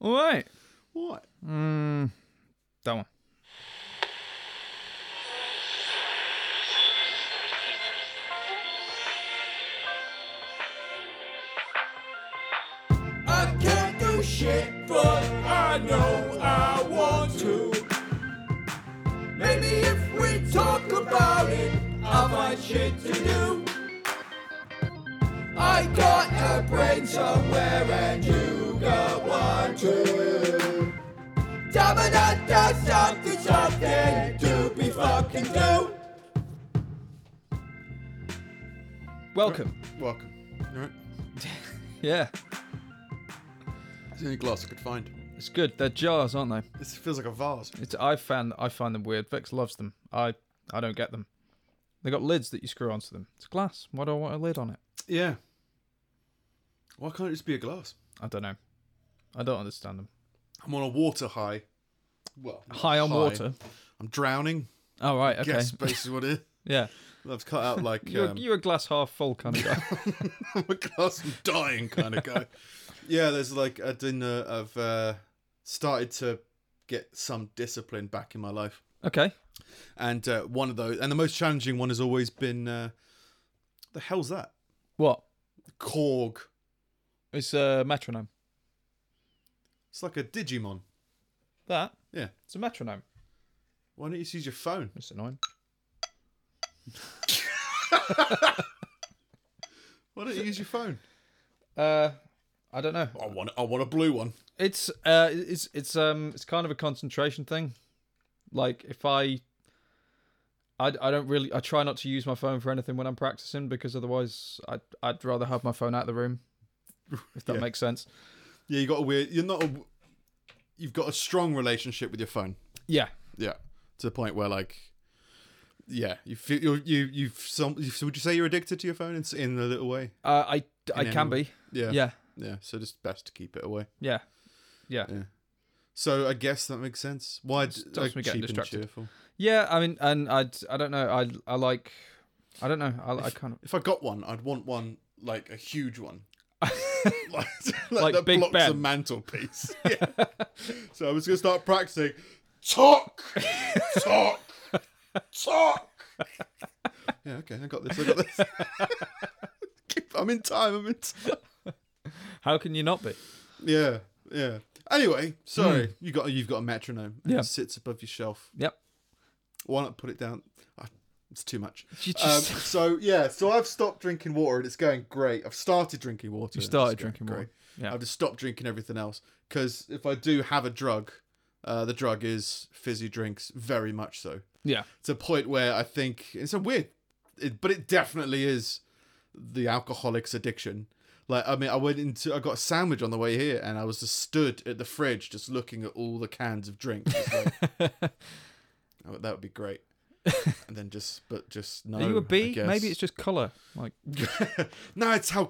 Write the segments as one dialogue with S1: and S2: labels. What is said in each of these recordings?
S1: All right.
S2: What?
S1: Mm, that one.
S2: I can't do shit, but I know I want to. Maybe if we talk about it, I'll find shit to do. I got a brain somewhere and you got one too. Da da da da something, something to be fucking do.
S1: Welcome.
S3: Welcome. All right.
S1: Yeah,
S3: It's the only glass I could find.
S1: it's good. They're jars, aren't they?
S3: This feels like a vase.
S1: It's I found I find them weird. Vex loves them. I I don't get them. They got lids that you screw onto them. It's glass. Why do I want a lid on it?
S3: Yeah. Why can't it just be a glass?
S1: I don't know. I don't understand them.
S3: I'm on a water high. Well, not
S1: High on water.
S3: I'm drowning.
S1: Oh right. Okay.
S3: Guess basically what it is.
S1: Yeah.
S3: I've cut out like
S1: You're,
S3: um,
S1: you're a glass half full kind of guy.
S3: I'm a glass I'm dying kind of guy. yeah, there's like I didn't know I've uh, started to get some discipline back in my life,
S1: okay.
S3: and uh, one of those, and the most challenging one has always been uh, the hell's that
S1: What?
S3: Korg?
S1: It's a metronome.
S3: It's like a Digimon.
S1: That.
S3: Yeah.
S1: It's a metronome.
S3: Why don't you just use your phone?
S1: It's annoying.
S3: Why don't you use your phone?
S1: Uh, I don't know.
S3: I want I want a blue one.
S1: It's uh, it's it's um, it's kind of a concentration thing. Like if I, I, I don't really, I try not to use my phone for anything when I'm practicing because otherwise, I'd I'd rather have my phone out of the room. If that
S3: Yeah.
S1: makes sense.
S3: Yeah, you got a weird. You're not. A, you've got a strong relationship with your phone.
S1: Yeah.
S3: Yeah, to the point where like, yeah, you feel you you you've some. You, so would you say you're addicted to your phone in s- in a little way?
S1: Uh, I I
S3: then
S1: can
S3: we'll-
S1: be.
S3: Yeah,
S1: Yeah.
S3: yeah. So just best to keep it away.
S1: Yeah.
S3: So I guess that makes sense. Why d-
S1: Stops
S3: like
S1: me getting
S3: cheap and
S1: distracted.
S3: cheerful?
S1: Yeah. I mean, and I I don't know. I I like. I don't know. I, I kind of
S3: If I got one, I'd want one like a huge one. like,
S1: Like
S3: that
S1: Big
S3: blocks the
S1: Ben.
S3: mantelpiece. Yeah. so I was gonna start practicing. Talk, talk, talk. yeah, okay, I got this. I got this. Keep- I'm in time. I'm in time.
S1: How can you not be?
S3: Yeah, yeah. Anyway, sorry. You got you've got a metronome. and
S1: Hmm. Yeah.
S3: It sits above your shelf.
S1: Yep.
S3: Why not put it down? Ah, it's too much.
S1: You
S3: Um,
S1: just
S3: so yeah, so I've stopped drinking water and it's going great. I've started drinking water.
S1: you
S3: and it's
S1: started
S3: going
S1: drinking water.
S3: great.
S1: Yeah.
S3: I've just stopped drinking everything else because if I do have a drug, uh, the drug is fizzy drinks, very much so.
S1: Yeah.
S3: It's a point where I think it's a weird, it, but it definitely is the alcoholic's addiction. Like I mean, I went into I got a sandwich on the way here, and I was just stood at the fridge, just looking at all the cans of drinks. It's like, oh, that would be great. And then just, but just no.
S1: Are you a
S3: Oh, I
S1: bee?
S3: guess.
S1: Maybe it's just color. Like
S3: no, it's how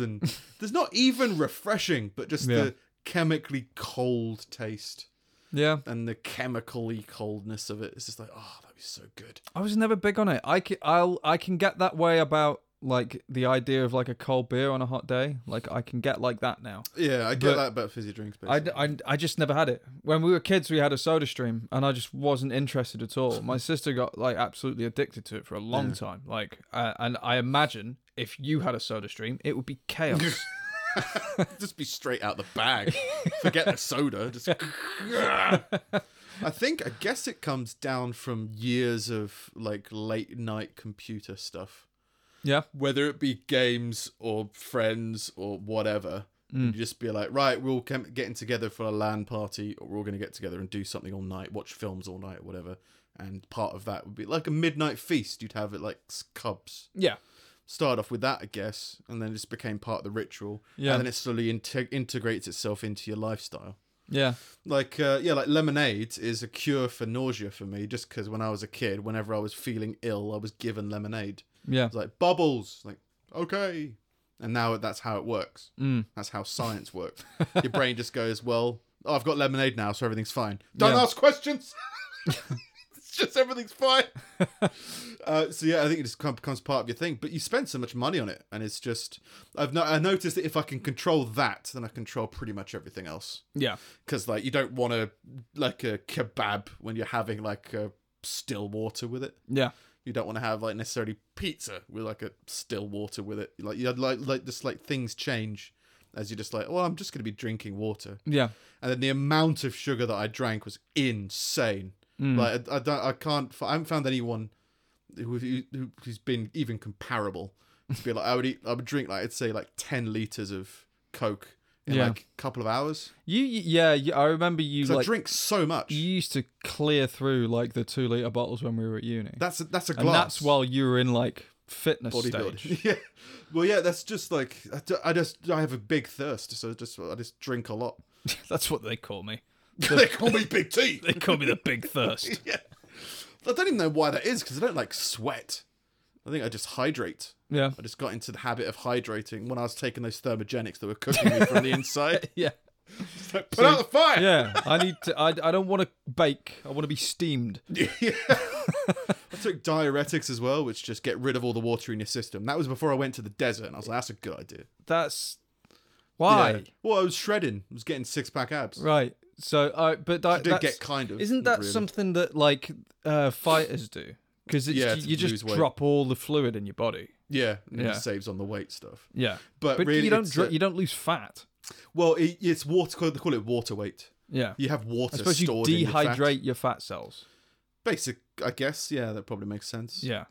S3: and there's not even refreshing, but just
S1: Yeah.
S3: the chemically cold taste
S1: yeah.
S3: and the chemically coldness of it. It's just like, oh, that'd be so good.
S1: I was never big on it. I can, I'll I can get that way about like the idea of like a cold beer on a hot day. Like I can get like that now.
S3: Yeah, I
S1: But-
S3: get that about fizzy drinks.
S1: I,
S3: Basically.
S1: I, I just never had it. When we were kids, we had a soda stream, and I just wasn't interested at all. My sister got like absolutely addicted to it for a long time. Like, uh, and I imagine if you had a soda stream, it would be chaos.
S3: just be straight out the bag. Forget the soda. Just. I think I guess it comes down from years of like late night computer stuff.
S1: yeah,
S3: whether it be games or friends or whatever, you just be like, right, we're all cam- getting together for a LAN party, or we're all going to get together and do something all night, watch films all night, whatever. And part of that would be like a midnight feast. You'd have it like s- Cubs.
S1: yeah,
S3: Start off with that, I guess, and then it just became part of the ritual.
S1: Yeah.
S3: And then it slowly integ- integrates itself into your lifestyle.
S1: yeah,
S3: Like, uh, yeah, like lemonade is a cure for nausea for me, just because when I was a kid, whenever I was feeling ill, I was given lemonade.
S1: yeah,
S3: It's like bubbles. Like okay, and now that's how it works.
S1: Mm.
S3: That's how science works. Your brain just goes, well, oh, I've got lemonade now, so everything's fine. Don't
S1: Yeah.
S3: ask questions. just everything's fine. uh, so yeah, I think it just kind of becomes part of your thing. But you spend so much money on it, and it's just I've no, I noticed that if I can control that, then I control pretty much everything else.
S1: Yeah.
S3: Because like you don't want to like a kebab when you're having like a still water with it.
S1: Yeah.
S3: You don't want to have like necessarily pizza with like a still water with it. Like you like like just like things change as you're just like, well, I'm just gonna be drinking water
S1: Yeah.
S3: and then the amount of sugar that I drank was insane.
S1: Mm.
S3: Like I, I don't, I can't, I haven't found anyone who, who who's been even comparable to be like I would eat, I would drink like I'd say like ten liters of Coke in
S1: Yeah.
S3: like a couple of hours.
S1: You, you yeah, you, I remember you
S3: 'Cause I
S1: like
S3: drink so much.
S1: you used to clear through like the 2 liter bottles when we were at uni.
S3: That's a, that's a
S1: and
S3: glass.
S1: that's while you were in like fitness
S3: bodybuilding.
S1: stage.
S3: Yeah. Well, yeah, that's just like I d- I just I have a big thirst, so just I just drink a lot.
S1: That's what they call me.
S3: they call me Big T.
S1: They call me the big thirst.
S3: yeah. I don't even know why that is because I don't like sweat. I think I just hydrate.
S1: Yeah.
S3: I just got into the habit of hydrating when I was taking those thermogenics that were cooking me from the inside.
S1: Yeah.
S3: It's like, Put out the fire.
S1: Yeah. I need to I, I don't want to bake. I want to be steamed.
S3: Yeah. I took diuretics as well, which just get rid of all the water in your system. That was before I went to the desert, and I was like, "That's a good idea."
S1: That's why.
S3: Yeah. Well, I was shredding. I was getting six pack abs.
S1: Right. So I but that
S3: did
S1: that's,
S3: get kind of,
S1: Isn't
S3: not
S1: that
S3: really.
S1: something that like uh fighters do? Cuz
S3: Yeah,
S1: it's
S3: to
S1: you just
S3: lose weight.
S1: drop all the fluid in your body.
S3: Yeah, and
S1: Yeah.
S3: it saves on the weight stuff.
S1: Yeah.
S3: But really,
S1: you don't
S3: it's,
S1: dr-
S3: uh,
S1: you don't lose fat.
S3: Well, it, it's water. They call it water weight.
S1: Yeah.
S3: You have water.
S1: I suppose you
S3: stored in your fat.
S1: dehydrate your fat cells.
S3: Basic, I guess. Yeah, that probably makes sense.
S1: Yeah.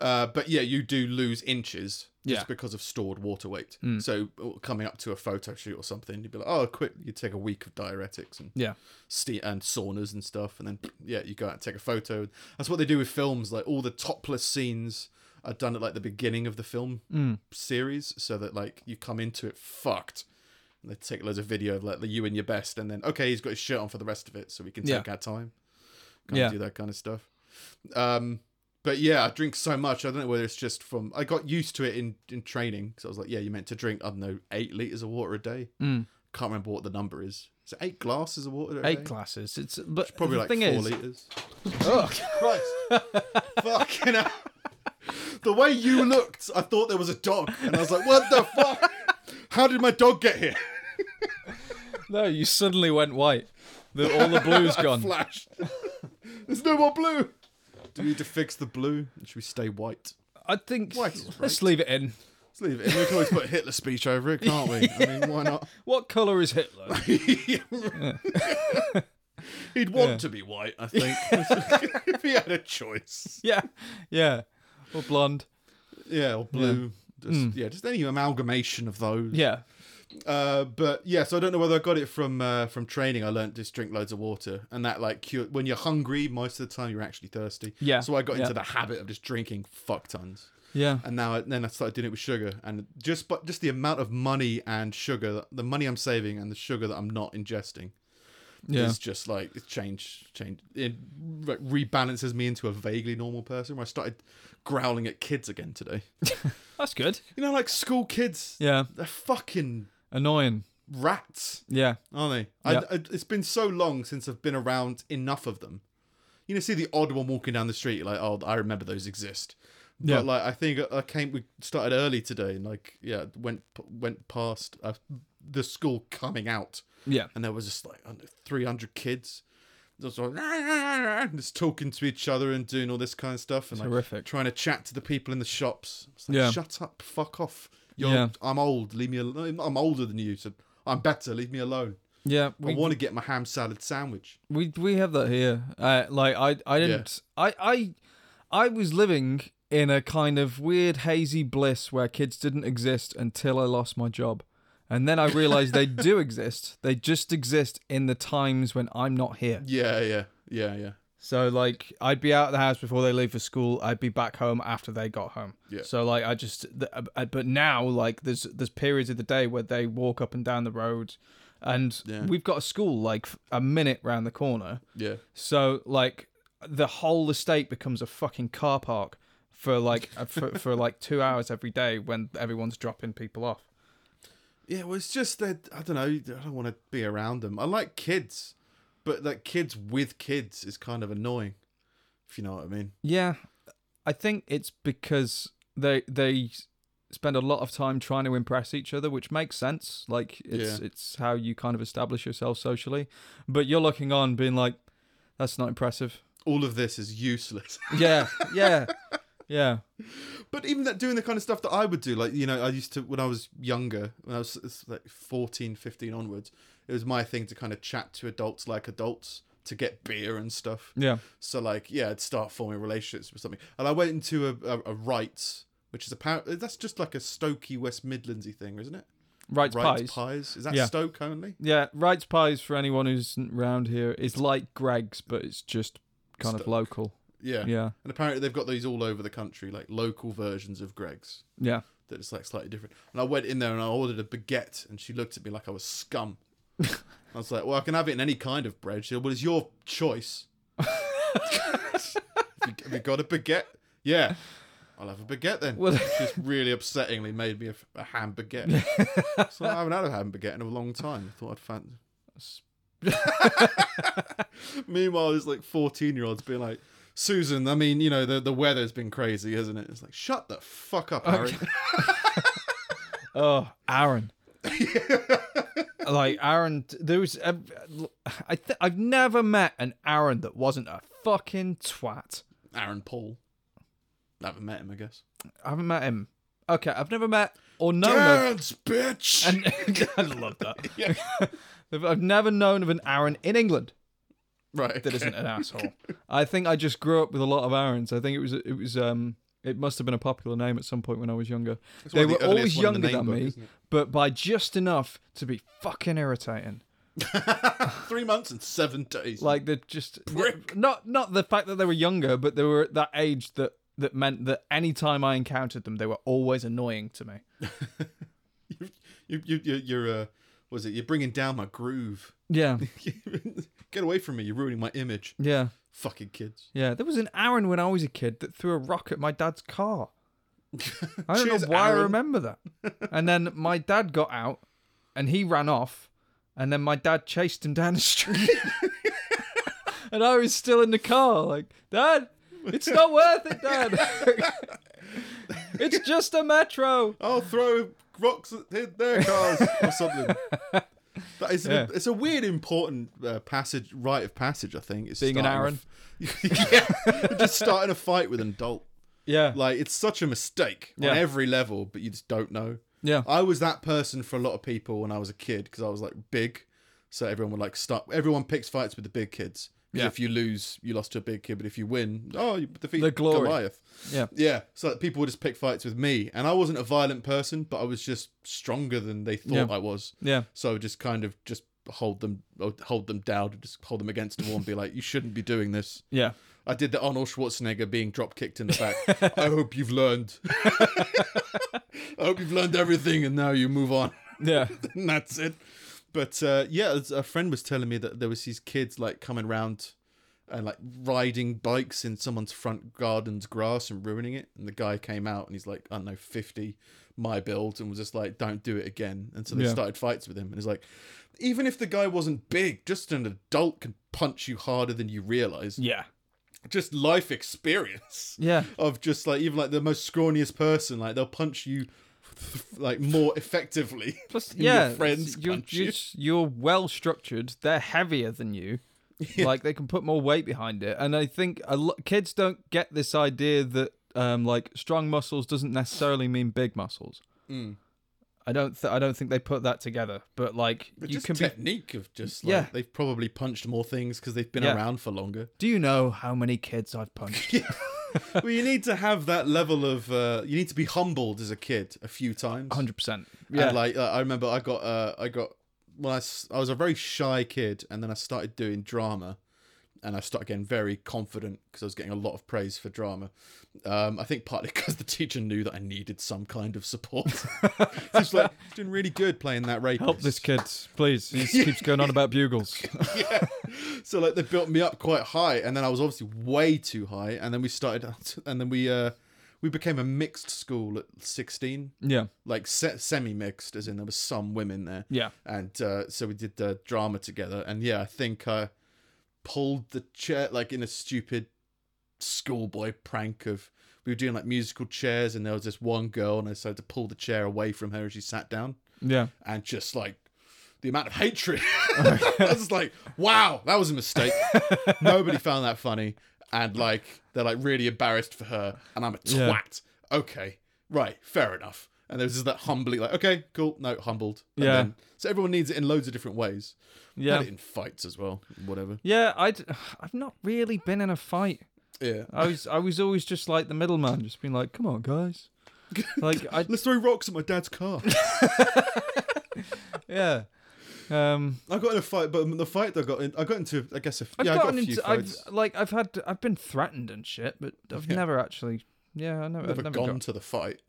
S3: Uh, but yeah, you do lose inches just
S1: Yeah. Mm.
S3: because of stored water weight. So uh, coming up to a photo shoot or something, you'd be like, "Oh, quick!" You take a week of diuretics and
S1: Yeah.
S3: ste- and saunas and stuff, and then yeah, you go out and take a photo. That's what they do with films. Like all the topless scenes are done at like the beginning of the film
S1: Mm.
S3: series, so that like you come into it fucked. And they take loads of video of like the you in your best, and then okay, he's got his shirt on for the rest of it, so we can
S1: Yeah.
S3: take our time. Kind
S1: Yeah.
S3: of do that kind of stuff. Um, but yeah, I drink so much. I don't know whether it's just from I got used to it in in training because I was like, yeah, you meant to drink I don't know eight liters of water a day. Can't remember what the number is. Is it eight glasses of water? A
S1: Mm. Eight
S3: day?
S1: classes. It's but
S3: Probably
S1: the
S3: like
S1: thing
S3: four
S1: is,
S3: liters. Oh Christ! Fucking hell. The way you looked, I thought there was a dog, and I was like, what the fuck? How did my dog get here?
S1: No, you suddenly went white. The, all the blue's
S3: I
S1: gone.
S3: flashed. There's no more blue. Do we need to fix the blue? Should we stay white?
S1: I think
S3: White is
S1: let's leave it in.
S3: Let's leave it. in. We can always put Hitler speech over it, can't we? I mean, why not?
S1: What color is Hitler?
S3: He'd want to be white, I think, if he had a choice.
S1: yeah, yeah, or blonde.
S3: Yeah, or blue. Just, Yeah, just any amalgamation of those.
S1: Yeah,
S3: Uh, but yeah, so I don't know whether I got it from uh, from training. I learned just drink loads of water, and that like cure- when you're hungry, most of the time you're actually thirsty.
S1: Yeah,
S3: So I got
S1: yeah.
S3: into the habit of just drinking fuck tons.
S1: yeah,
S3: and now I, then I started doing it with sugar, and just but just the amount of money and sugar, that- the money I'm saving and the sugar that I'm not ingesting,
S1: yeah.
S3: is just like it's changed, changed. It re- rebalances me into a vaguely normal person. Where I started growling at kids again today.
S1: That's good.
S3: You know, like school kids.
S1: Yeah,
S3: They're fucking
S1: annoying.
S3: rats,
S1: Yeah,
S3: aren't they?
S1: Yep.
S3: I, I, it's been so long since I've been around enough of them. You know, see the odd one walking down the street, you're like, oh, I remember those exist.
S1: Yeah.
S3: But like, I think I came. We started early today, and like, yeah, went went past uh, the school coming out,
S1: yeah,
S3: and there was just like three hundred kids. Just, like, "Rah, rah, rah," and just talking to each other and doing all this kind of stuff, and like
S1: horrific.
S3: trying to chat to the people in the shops. It's like,
S1: Yeah.
S3: shut up, fuck off. You're,
S1: Yeah.
S3: I'm old. Leave me alone. I'm older than you, so I'm better. Leave me alone.
S1: yeah.
S3: I
S1: We,
S3: want to get my ham salad sandwich.
S1: we we have that here. Uh, like I I didn't I I I was living in a kind of weird hazy bliss where kids didn't exist until I lost my job. And then I realized they do exist. They just exist in the times when I'm not here.
S3: Yeah, yeah, yeah, yeah.
S1: So like I'd be out of the house before they leave for school. I'd be back home after they got home.
S3: Yeah.
S1: So like I just the, uh, uh, but now like there's there's periods of the day where they walk up and down the road, and
S3: Yeah.
S1: we've got a school like f- a minute round the corner.
S3: Yeah.
S1: So like the whole estate becomes a fucking car park for like uh, for, for like two hours every day when everyone's dropping people off.
S3: Yeah, well, it's just that I don't know. I don't want to be around them. I like kids, but like kids with kids is kind of annoying. if you know what I mean.
S1: Yeah, I think it's because they they spend a lot of time trying to impress each other, which makes sense. Like it's
S3: Yeah.
S1: it's how you kind of establish yourself socially. But you're looking on, being like, "That's not impressive."
S3: All of this is useless.
S1: Yeah, yeah, yeah.
S3: But even that doing the kind of stuff that I would do, like, you know, I used to, when I was younger, when I was it's like 14, 15 onwards, it was my thing to kind of chat to adults like adults to get beer and stuff.
S1: Yeah.
S3: So, like, yeah, I'd start forming relationships with something. And I went into a, a, a Wrights, which is a power, that's just like a Stokey, West Midlandsy thing, isn't it?
S1: Wright's pies.
S3: Wrights Pies. Is that
S1: Yeah.
S3: Stoke only?
S1: Yeah, Wright's pies for anyone who's round here is like Greg's, but it's just kind of
S3: Stoke.
S1: local.
S3: Yeah.
S1: Yeah,
S3: And apparently they've got these all over the country, like local versions of Greg's.
S1: yeah.
S3: that it's like slightly different. And I went in there and I ordered a baguette, and she looked at me like I was scum. I was like, "Well, I can have it in any kind of bread." She said, "Well, it's your choice." have, you, have you got a baguette? Yeah, I'll have a baguette then.
S1: Well-
S3: She's really upsettingly made me a, f- a ham baguette. so I haven't had a ham baguette in a long time. I thought I'd fan. Meanwhile, there's like 14 year olds being like, Susan, I mean, you know, the, the weather's been crazy, isn't it? It's like, shut the fuck up, Harry.
S1: Oh, Aaron. like Aaron, there was. A, I th- I've never met an Aaron that wasn't a fucking twat.
S3: Aaron Paul. I haven't met him, I guess.
S1: I haven't met him. Okay, I've never met or
S3: Oh,
S1: known of.
S3: Dance, bitch!
S1: And, I love that.
S3: Yeah.
S1: I've never known of an Aaron in England
S3: right.
S1: that isn't an asshole. I think I just grew up with a lot of Aarons. I think it was it was um it must have been a popular name at some point when I was younger. they
S3: one of the
S1: were always
S3: earliest one in the
S1: younger than
S3: name book,
S1: me,
S3: isn't it?
S1: but by just enough to be fucking irritating.
S3: Three months and seven days.
S1: Like they're just
S3: Brick.
S1: not not the fact that they were younger, but they were at that age that that meant that any time I encountered them, they were always annoying to me.
S3: you, you, you, you- you're, uh, what is it? You're bringing down my groove.
S1: Yeah,
S3: Get away from me! You're ruining my image.
S1: yeah,
S3: Fucking kids.
S1: yeah. There was an Aaron when I was a kid that threw a rock at my dad's car. I don't
S3: Cheers,
S1: know why I
S3: Aaron.
S1: remember that. And then my dad got out, and he ran off, and then my dad chased him down the street, and I was still in the car, like Dad. It's not worth it, Dad. it's just a metro.
S3: I'll throw rocks at their- their cars or something. That is an, It's a weird, important uh, passage, rite of passage. I think it's
S1: Being an Aaron.
S3: yeah, just starting a fight with an adult.
S1: Yeah.
S3: Like it's such a mistake
S1: Yeah.
S3: on every level, but you just don't know.
S1: Yeah.
S3: I was that person for a lot of people when I was a kid because I was like big, so everyone would like start. Everyone picks fights with the big kids. 'Cause
S1: Yeah.
S3: If you lose, you lost to a big kid, but if you win, oh, you defeat
S1: The glory.
S3: Goliath.
S1: Yeah.
S3: Yeah. So that people would just pick fights with me, and I wasn't a violent person, but I was just stronger than they thought
S1: Yeah.
S3: I was.
S1: Yeah.
S3: So I would just kind of just hold them, hold them down, just hold them against the wall, and be like, "You shouldn't be doing this."
S1: Yeah.
S3: I did the Arnold Schwarzenegger being drop kicked in the back. I hope you've learned. I hope you've learned everything and now you move on.
S1: Yeah.
S3: and that's it. But uh, yeah, as a friend was telling me that there was these kids like coming round and like riding bikes in someone's front garden's grass and ruining it. And the guy came out and he's like, I don't know, 50, my build, and was just like, don't do it again. And so they
S1: Yeah.
S3: started fights with him. And he's like, even if the guy wasn't big, just an adult can punch you harder than you realize
S1: Yeah.
S3: just life experience
S1: Yeah.
S3: of just like even like the most scrawniest person like they'll punch you like more effectively
S1: Plus,
S3: your
S1: yeah.
S3: friends
S1: you're,
S3: punch
S1: you're,
S3: you.
S1: s- you're well structured. They're heavier than you. Like they can put more weight behind it, and I think a lo- kids don't get this idea that um, like strong muscles doesn't necessarily mean big muscles. Mm. I don't. Th- I don't think they put that together. But like,
S3: but
S1: you
S3: just
S1: can be.
S3: technique of just like
S1: Yeah.
S3: they've probably punched more things because they've been
S1: Yeah.
S3: around for longer
S1: Do you know how many kids I've punched?
S3: well you need to have that level of uh, you need to be humbled as a kid a few times
S1: Hundred percent.
S3: Yeah.
S1: Yeah.
S3: like uh, I remember, I got uh, I got well, I, s- I was a very shy kid, and then I started doing drama, and I started getting very confident because I was getting a lot of praise for drama. Um, I think partly because the teacher knew that I needed some kind of support. She's like, "He's doing really good playing that rapist."
S1: Help this kid, please. He just keeps going on about bugles.
S3: so like they built me up quite high and then i was obviously way too high and then we started and then we uh we became a mixed school at 16
S1: Yeah.
S3: like se- semi-mixed as in there was some women there
S1: Yeah.
S3: and uh so we did the drama together and yeah i think i pulled the chair like in a stupid schoolboy prank of we were doing like musical chairs and there was this one girl and I decided to pull the chair away from her as she sat down
S1: Yeah.
S3: and just like the amount of hatred. I was like, wow, that was a mistake. Nobody found that funny. And like, they're like really embarrassed for her. And I'm a
S1: Yeah.
S3: twat. Okay, right, fair enough. And there was just that humbly, like, okay, cool, no, humbled. And
S1: Yeah.
S3: then- so everyone needs it in loads of different ways.
S1: Yeah.
S3: Had it in fights as well, whatever.
S1: Yeah, I have not really been in a fight.
S3: Yeah.
S1: I was I was always just like the middleman, just being like, "Come on, guys." Like I
S3: Let's throw rocks at my dad's car.
S1: yeah. Um
S3: I got in a fight, but the fight that I got in, I got into, I guess, a,
S1: I've
S3: yeah, I got
S1: gotten
S3: a few
S1: into I've
S3: fights.
S1: like I've had I've been threatened and shit, but I've
S3: Yeah.
S1: never actually yeah, I never,
S3: never
S1: I've never
S3: gone to the fight.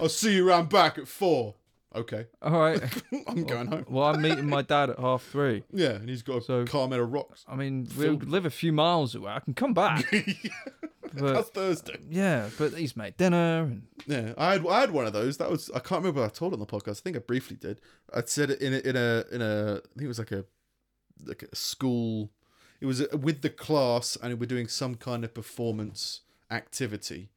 S3: I'll see you round back at four. Okay.
S1: got, All right.
S3: I'm going home.
S1: well, I'm meeting my dad at half 3.
S3: Yeah, and he's got a
S1: So-
S3: car made of rocks.
S1: I mean, we
S3: Filled-
S1: live a few miles away. I can come back.
S3: That's
S1: but
S3: Thursday.
S1: yeah, but he's made dinner and
S3: Yeah, I had I had one of those. That was I can't remember what I told on the podcast. I think I briefly did. I said it in a, in a in a I think it was like a like a school. It was uh, with the class, and we're doing some kind of performance activity,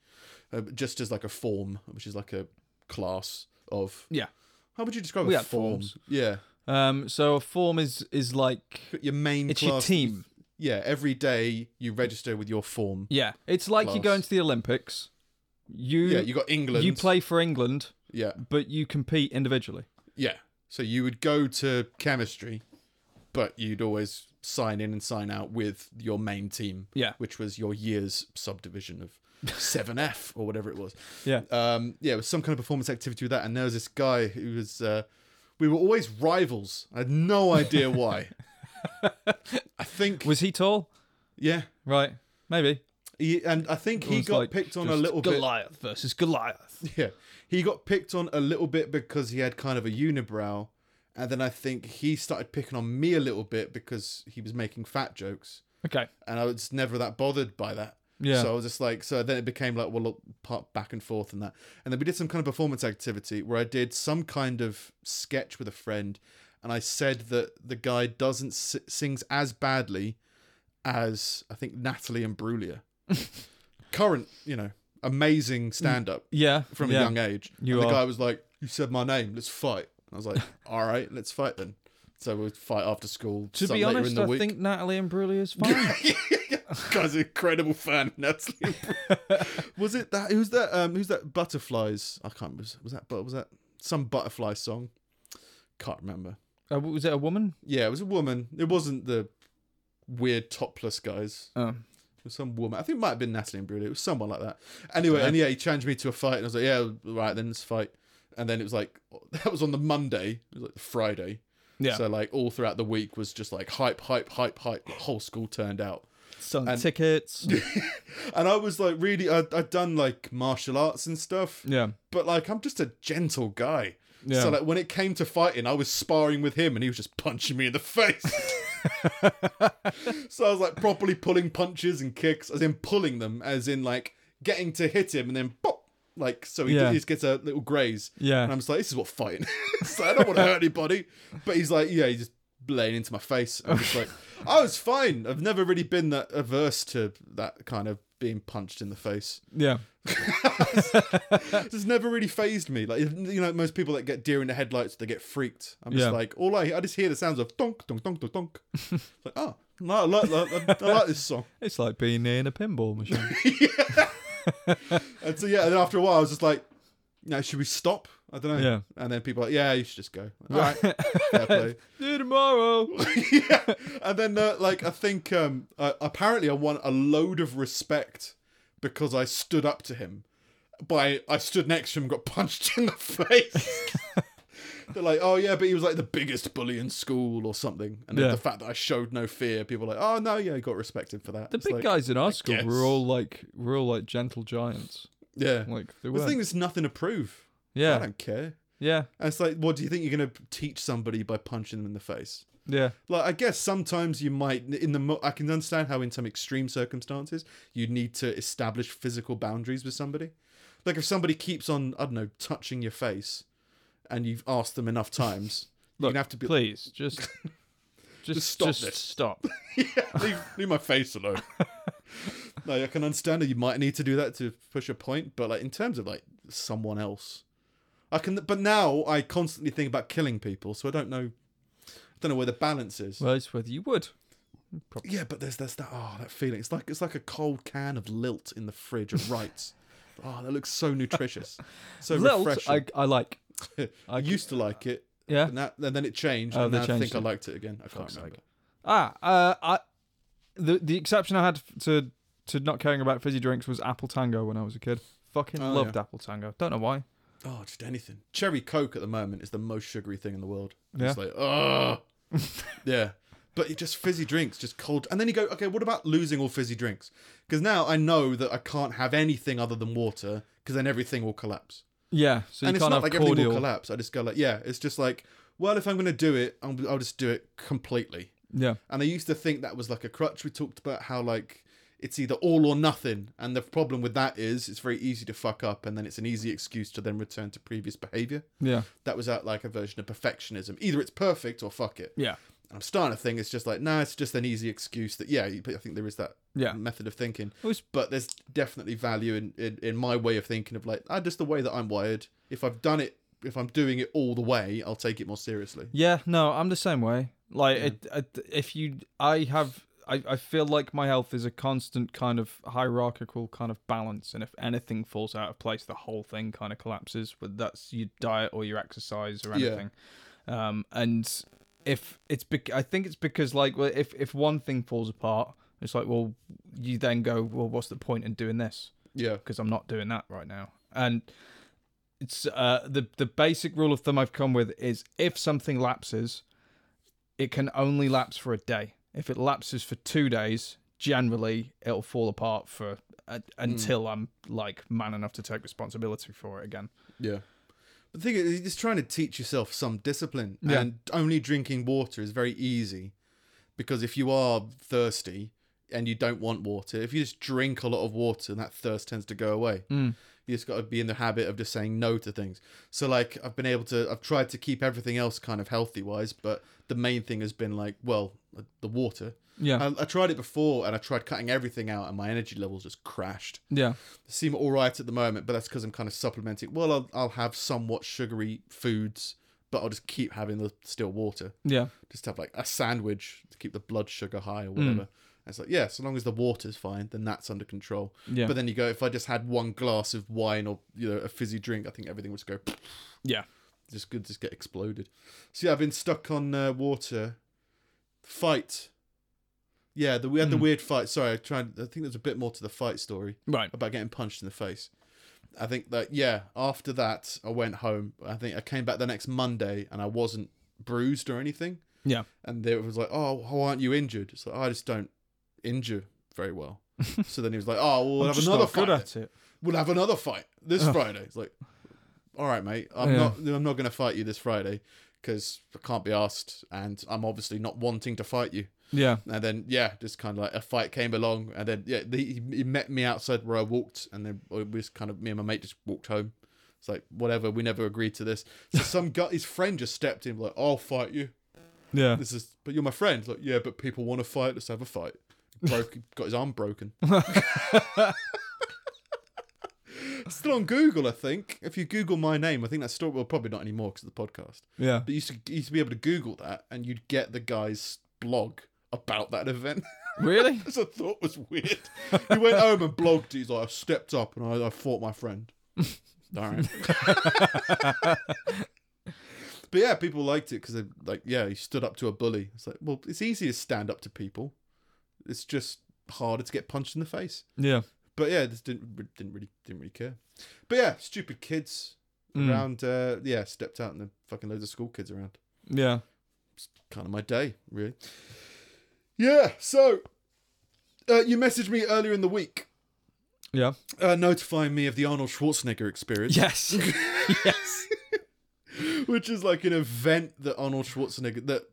S3: uh, just as like a form, which is like a class of.
S1: yeah.
S3: How would you describe
S1: We
S3: a
S1: had
S3: form?
S1: forms.
S3: Yeah,
S1: Um so a form is is like
S3: Put your main.
S1: it's your
S3: class that you-
S1: team.
S3: Yeah, every day you register with your form.
S1: Yeah, it's like you're
S3: Class.
S1: going to the Olympics. You
S3: Yeah, you got England.
S1: you play for England,
S3: Yeah.
S1: but you compete individually.
S3: Yeah. So you would go to chemistry, but you'd always sign in and sign out with your main team.
S1: Yeah.
S3: Which was your year's subdivision of 7F or whatever it was.
S1: Yeah.
S3: Um, yeah, it was some kind of performance activity with that. And there was this guy who was, uh, we were always rivals. I had no idea why. I think,
S1: Was he tall?
S3: yeah.
S1: Right, maybe.
S3: He, and I think he
S1: was
S3: got
S1: like
S3: picked on a
S1: just
S3: little bit.
S1: Goliath versus Goliath.
S3: Yeah, he got picked on a little bit because he had kind of a unibrow, and then I think he started picking on me a little bit because he was making fat jokes,
S1: Okay.
S3: and I was never that bothered by that.
S1: Yeah.
S3: So I was just like, so then it became like, well, look, part back and forth and that, and then we did some kind of performance activity where I did some kind of sketch with a friend, and I said that the guy doesn't s- sings as badly as I think Natalie and Brulia, current, you know, amazing stand up
S1: Yeah.
S3: from
S1: yeah.
S3: a young age.
S1: You
S3: and the
S1: are-
S3: guy was like, "You said my name. Let's fight." And I was like, "All right, let's fight then." So we'd fight after school.
S1: To
S3: some
S1: be
S3: later in
S1: honest,
S3: the
S1: I
S3: week.
S1: think Natalie and Brulia is fine.
S3: This guy's an incredible fan. That's was it that who's that um who's that butterflies? I can't was, was that but was that some butterfly song? Can't remember.
S1: uh, was it a woman?
S3: Yeah, it was a woman. It wasn't the weird topless guys.
S1: Oh.
S3: It was some woman. I think it might have been Natalie and Bruno. It was someone like that. Anyway, and yeah, he challenged me to a fight, and I was like, yeah, right, then let's fight. And then it was like that was on the Monday. It was like the Friday.
S1: Yeah.
S3: So like all throughout the week was just like hype, hype, hype, hype. The whole school turned out,
S1: Selling tickets.
S3: and I was like really, I, I'd done like martial arts and stuff,
S1: yeah.
S3: but like I'm just a gentle guy.
S1: Yeah.
S3: So like when it came to fighting, I was sparring with him, and he was just punching me in the face. so I was like properly pulling punches and kicks, as in pulling them, as in like getting to hit him, and then pop, like so he
S1: Yeah.
S3: just gets a little graze.
S1: Yeah.
S3: and I'm just like, this is what fighting. is. like, I don't want to hurt anybody, but he's like, yeah, he just laying into my face. I'm just like, I was fine. I've never really been that averse to that kind of being punched in the face
S1: Yeah.
S3: it's never really phased me. Like you know, most people that get deer in the headlights, they get freaked. I'm just
S1: Yeah.
S3: like, all I, I just hear the sounds of donk, donk, donk, donk, donk. it's like, oh, no, I like, I, I like this song.
S1: It's like being in a pinball machine.
S3: And so yeah, and then after a while, I was just like, now should we stop? I don't know.
S1: Yeah.
S3: And then people are like, yeah, you should just go. All right, fair play.
S1: See you tomorrow.
S3: yeah. And then uh, like I think um uh, apparently I won a load of respect because I stood up to him. By I stood next to him, and got punched in the face. They're like, oh yeah, but he was like the biggest bully in school or something. And then
S1: Yeah.
S3: the fact that I showed no fear, people were like, oh no, yeah, he got respected for that.
S1: The
S3: It's
S1: big
S3: like,
S1: guys in our school
S3: guess.
S1: were all like were all like gentle giants.
S3: yeah.
S1: Like they
S3: the
S1: were.
S3: thing is, nothing to prove. I
S1: Yeah.
S3: don't care.
S1: Yeah.
S3: And it's like, what do you think you're gonna teach somebody by punching them in the face?
S1: Yeah.
S3: like I guess sometimes you might in the mo- I can understand how in some extreme circumstances you need to establish physical boundaries with somebody. Like if somebody keeps on I don't know touching your face, and you've asked them enough times, you're
S1: Look,
S3: gonna have to be
S1: please just just
S3: stop
S1: just
S3: this.
S1: stop.
S3: yeah, leave, leave my face alone. No, I can understand that you might need to do that to push a point, but like in terms of like someone else, I can. But now I constantly think about killing people, so I don't know. I don't know where the balance is.
S1: Well, it's whether you would.
S3: yeah, but there's there's that oh that feeling. It's like it's like a cold can of lilt in the fridge of rights. oh, that looks so nutritious, so
S1: Lilt,
S3: refreshing.
S1: I, I like.
S3: I, used to like it.
S1: Yeah.
S3: And, that, and then it changed.
S1: Oh,
S3: and
S1: they
S3: now I
S1: changed
S3: think I
S1: it.
S3: liked it again. I can't remember.
S1: Ah, uh, I the the exception I had f- to to not caring about fizzy drinks was apple tango when I was a kid. Fucking
S3: Oh,
S1: loved apple tango. Don't know why.
S3: Oh, just anything. Cherry Coke at the moment is the most sugary thing in the world.
S1: Yeah.
S3: It's like, oh. yeah. But it just fizzy drinks, just cold. And then you go, okay, what about losing all fizzy drinks? Because now I know that I can't have anything other than water because then everything will collapse.
S1: Yeah, so you
S3: and it's
S1: can't
S3: not
S1: have
S3: like everything will
S1: cordial.
S3: collapse. I just go, like, yeah, it's just like, well, if I'm going to do it, I'll, I'll just do it completely.
S1: Yeah,
S3: And I used to think that was like a crutch. We talked about how like it's either all or nothing, and the problem with that is it's very easy to fuck up, and then it's an easy excuse to then return to previous behavior.
S1: yeah,
S3: That was at like a version of perfectionism. Either it's perfect or fuck it.
S1: yeah,
S3: And I'm starting to think it's just like nah, it's just an easy excuse that yeah, you- I think there is that
S1: yeah.
S3: method of thinking.
S1: It was-
S3: But there's definitely value in, in in my way of thinking of like ah, just the way that I'm wired. If I've done it, if I'm doing it all the way, I'll take it more seriously.
S1: Yeah, no, I'm the same way. Like, it, it, if you, I have, I, I feel like my health is a constant kind of hierarchical kind of balance, and if anything falls out of place, the whole thing kind of collapses. Whether that's your diet or your exercise or
S3: Yeah.
S1: anything. Um, and if it's, bec- I think it's because like, well, if if one thing falls apart, it's like, well, you then go, well, what's the point in doing this?
S3: Yeah.
S1: because I'm not doing that right now. And it's uh, the the basic rule of thumb I've come with is if something lapses, it can only lapse for a day. If it lapses for two days, generally it'll fall apart for uh, until I'm like man enough to take responsibility for it again.
S3: Yeah. The thing is, it's trying to teach yourself some discipline.
S1: Yeah.
S3: And only drinking water is very easy because if you are thirsty and you don't want water, if you just drink a lot of water, that thirst tends to go away.
S1: Hmm.
S3: You just got to be in the habit of just saying no to things. So, like, I've been able to, I've tried to keep everything else kind of healthy wise, but the main thing has been like, well, the water.
S1: Yeah,
S3: I, I tried it before and I tried cutting everything out and my energy levels just crashed
S1: yeah,
S3: seem all right at the moment, but that's because I'm kind of supplementing. Well, I'll, I'll have somewhat sugary foods, but I'll just keep having the still water.
S1: yeah,
S3: Just have like a sandwich to keep the blood sugar high or whatever. And It's like, yeah, so long as the water's fine, then that's under control.
S1: Yeah.
S3: But then you go, if I just had one glass of wine or you know a fizzy drink, I think everything would just go,
S1: yeah.
S3: just could just get exploded. So yeah, I've been stuck on uh, water. Fight. Yeah, the, we had the weird fight. Sorry, I tried. I think there's a bit more to the fight story
S1: Right.
S3: about getting punched in the face. I think that yeah. After that, I went home. I think I came back the next Monday and I wasn't bruised or anything.
S1: Yeah.
S3: And they was like, "Oh, how aren't you injured?" It's like, "Oh, I just don't injure very well. so then he was like, "Oh, we'll have
S1: Just
S3: another
S1: not
S3: fight.
S1: good at it.
S3: We'll have another fight this Friday." It's like, "All right, mate. I'm
S1: Yeah.
S3: not. I'm not going to fight you this Friday because I can't be asked, and I'm obviously not wanting to fight you."
S1: Yeah,
S3: And then yeah, just kind of like a fight came along, and then yeah, the, he, he met me outside where I walked, and then we just kind of me and my mate just walked home. It's like whatever, we never agreed to this. So some guy, his friend just stepped in like, "I'll fight you."
S1: yeah.
S3: This is, but you're my friend. It's like yeah, but people want to fight. Let's have a fight. Broke, got his arm broken. Still on Google, I think. If you Google my name, I think that story. Well, probably not anymore because of the podcast.
S1: Yeah.
S3: But you used to you used to be able to Google that, and you'd get the guy's blog about that event.
S1: Really?
S3: Which I thought was weird. He went home and blogged. He's like, I stepped up and I, I fought my friend. All right. but yeah, people liked it because they like, yeah, he stood up to a bully. It's like, well, it's easy to stand up to people. It's just harder to get punched in the face.
S1: Yeah.
S3: But yeah, just didn't didn't really didn't really care. But yeah, stupid kids
S1: Mm.
S3: around. Uh, yeah, stepped out and the fucking loads of school kids around
S1: Yeah.
S3: kind of my day, really. Yeah, so uh, you messaged me earlier in the week
S1: Yeah.
S3: uh, notifying me of the Arnold Schwarzenegger experience,
S1: Yes. yes.
S3: which is like an event that Arnold Schwarzenegger that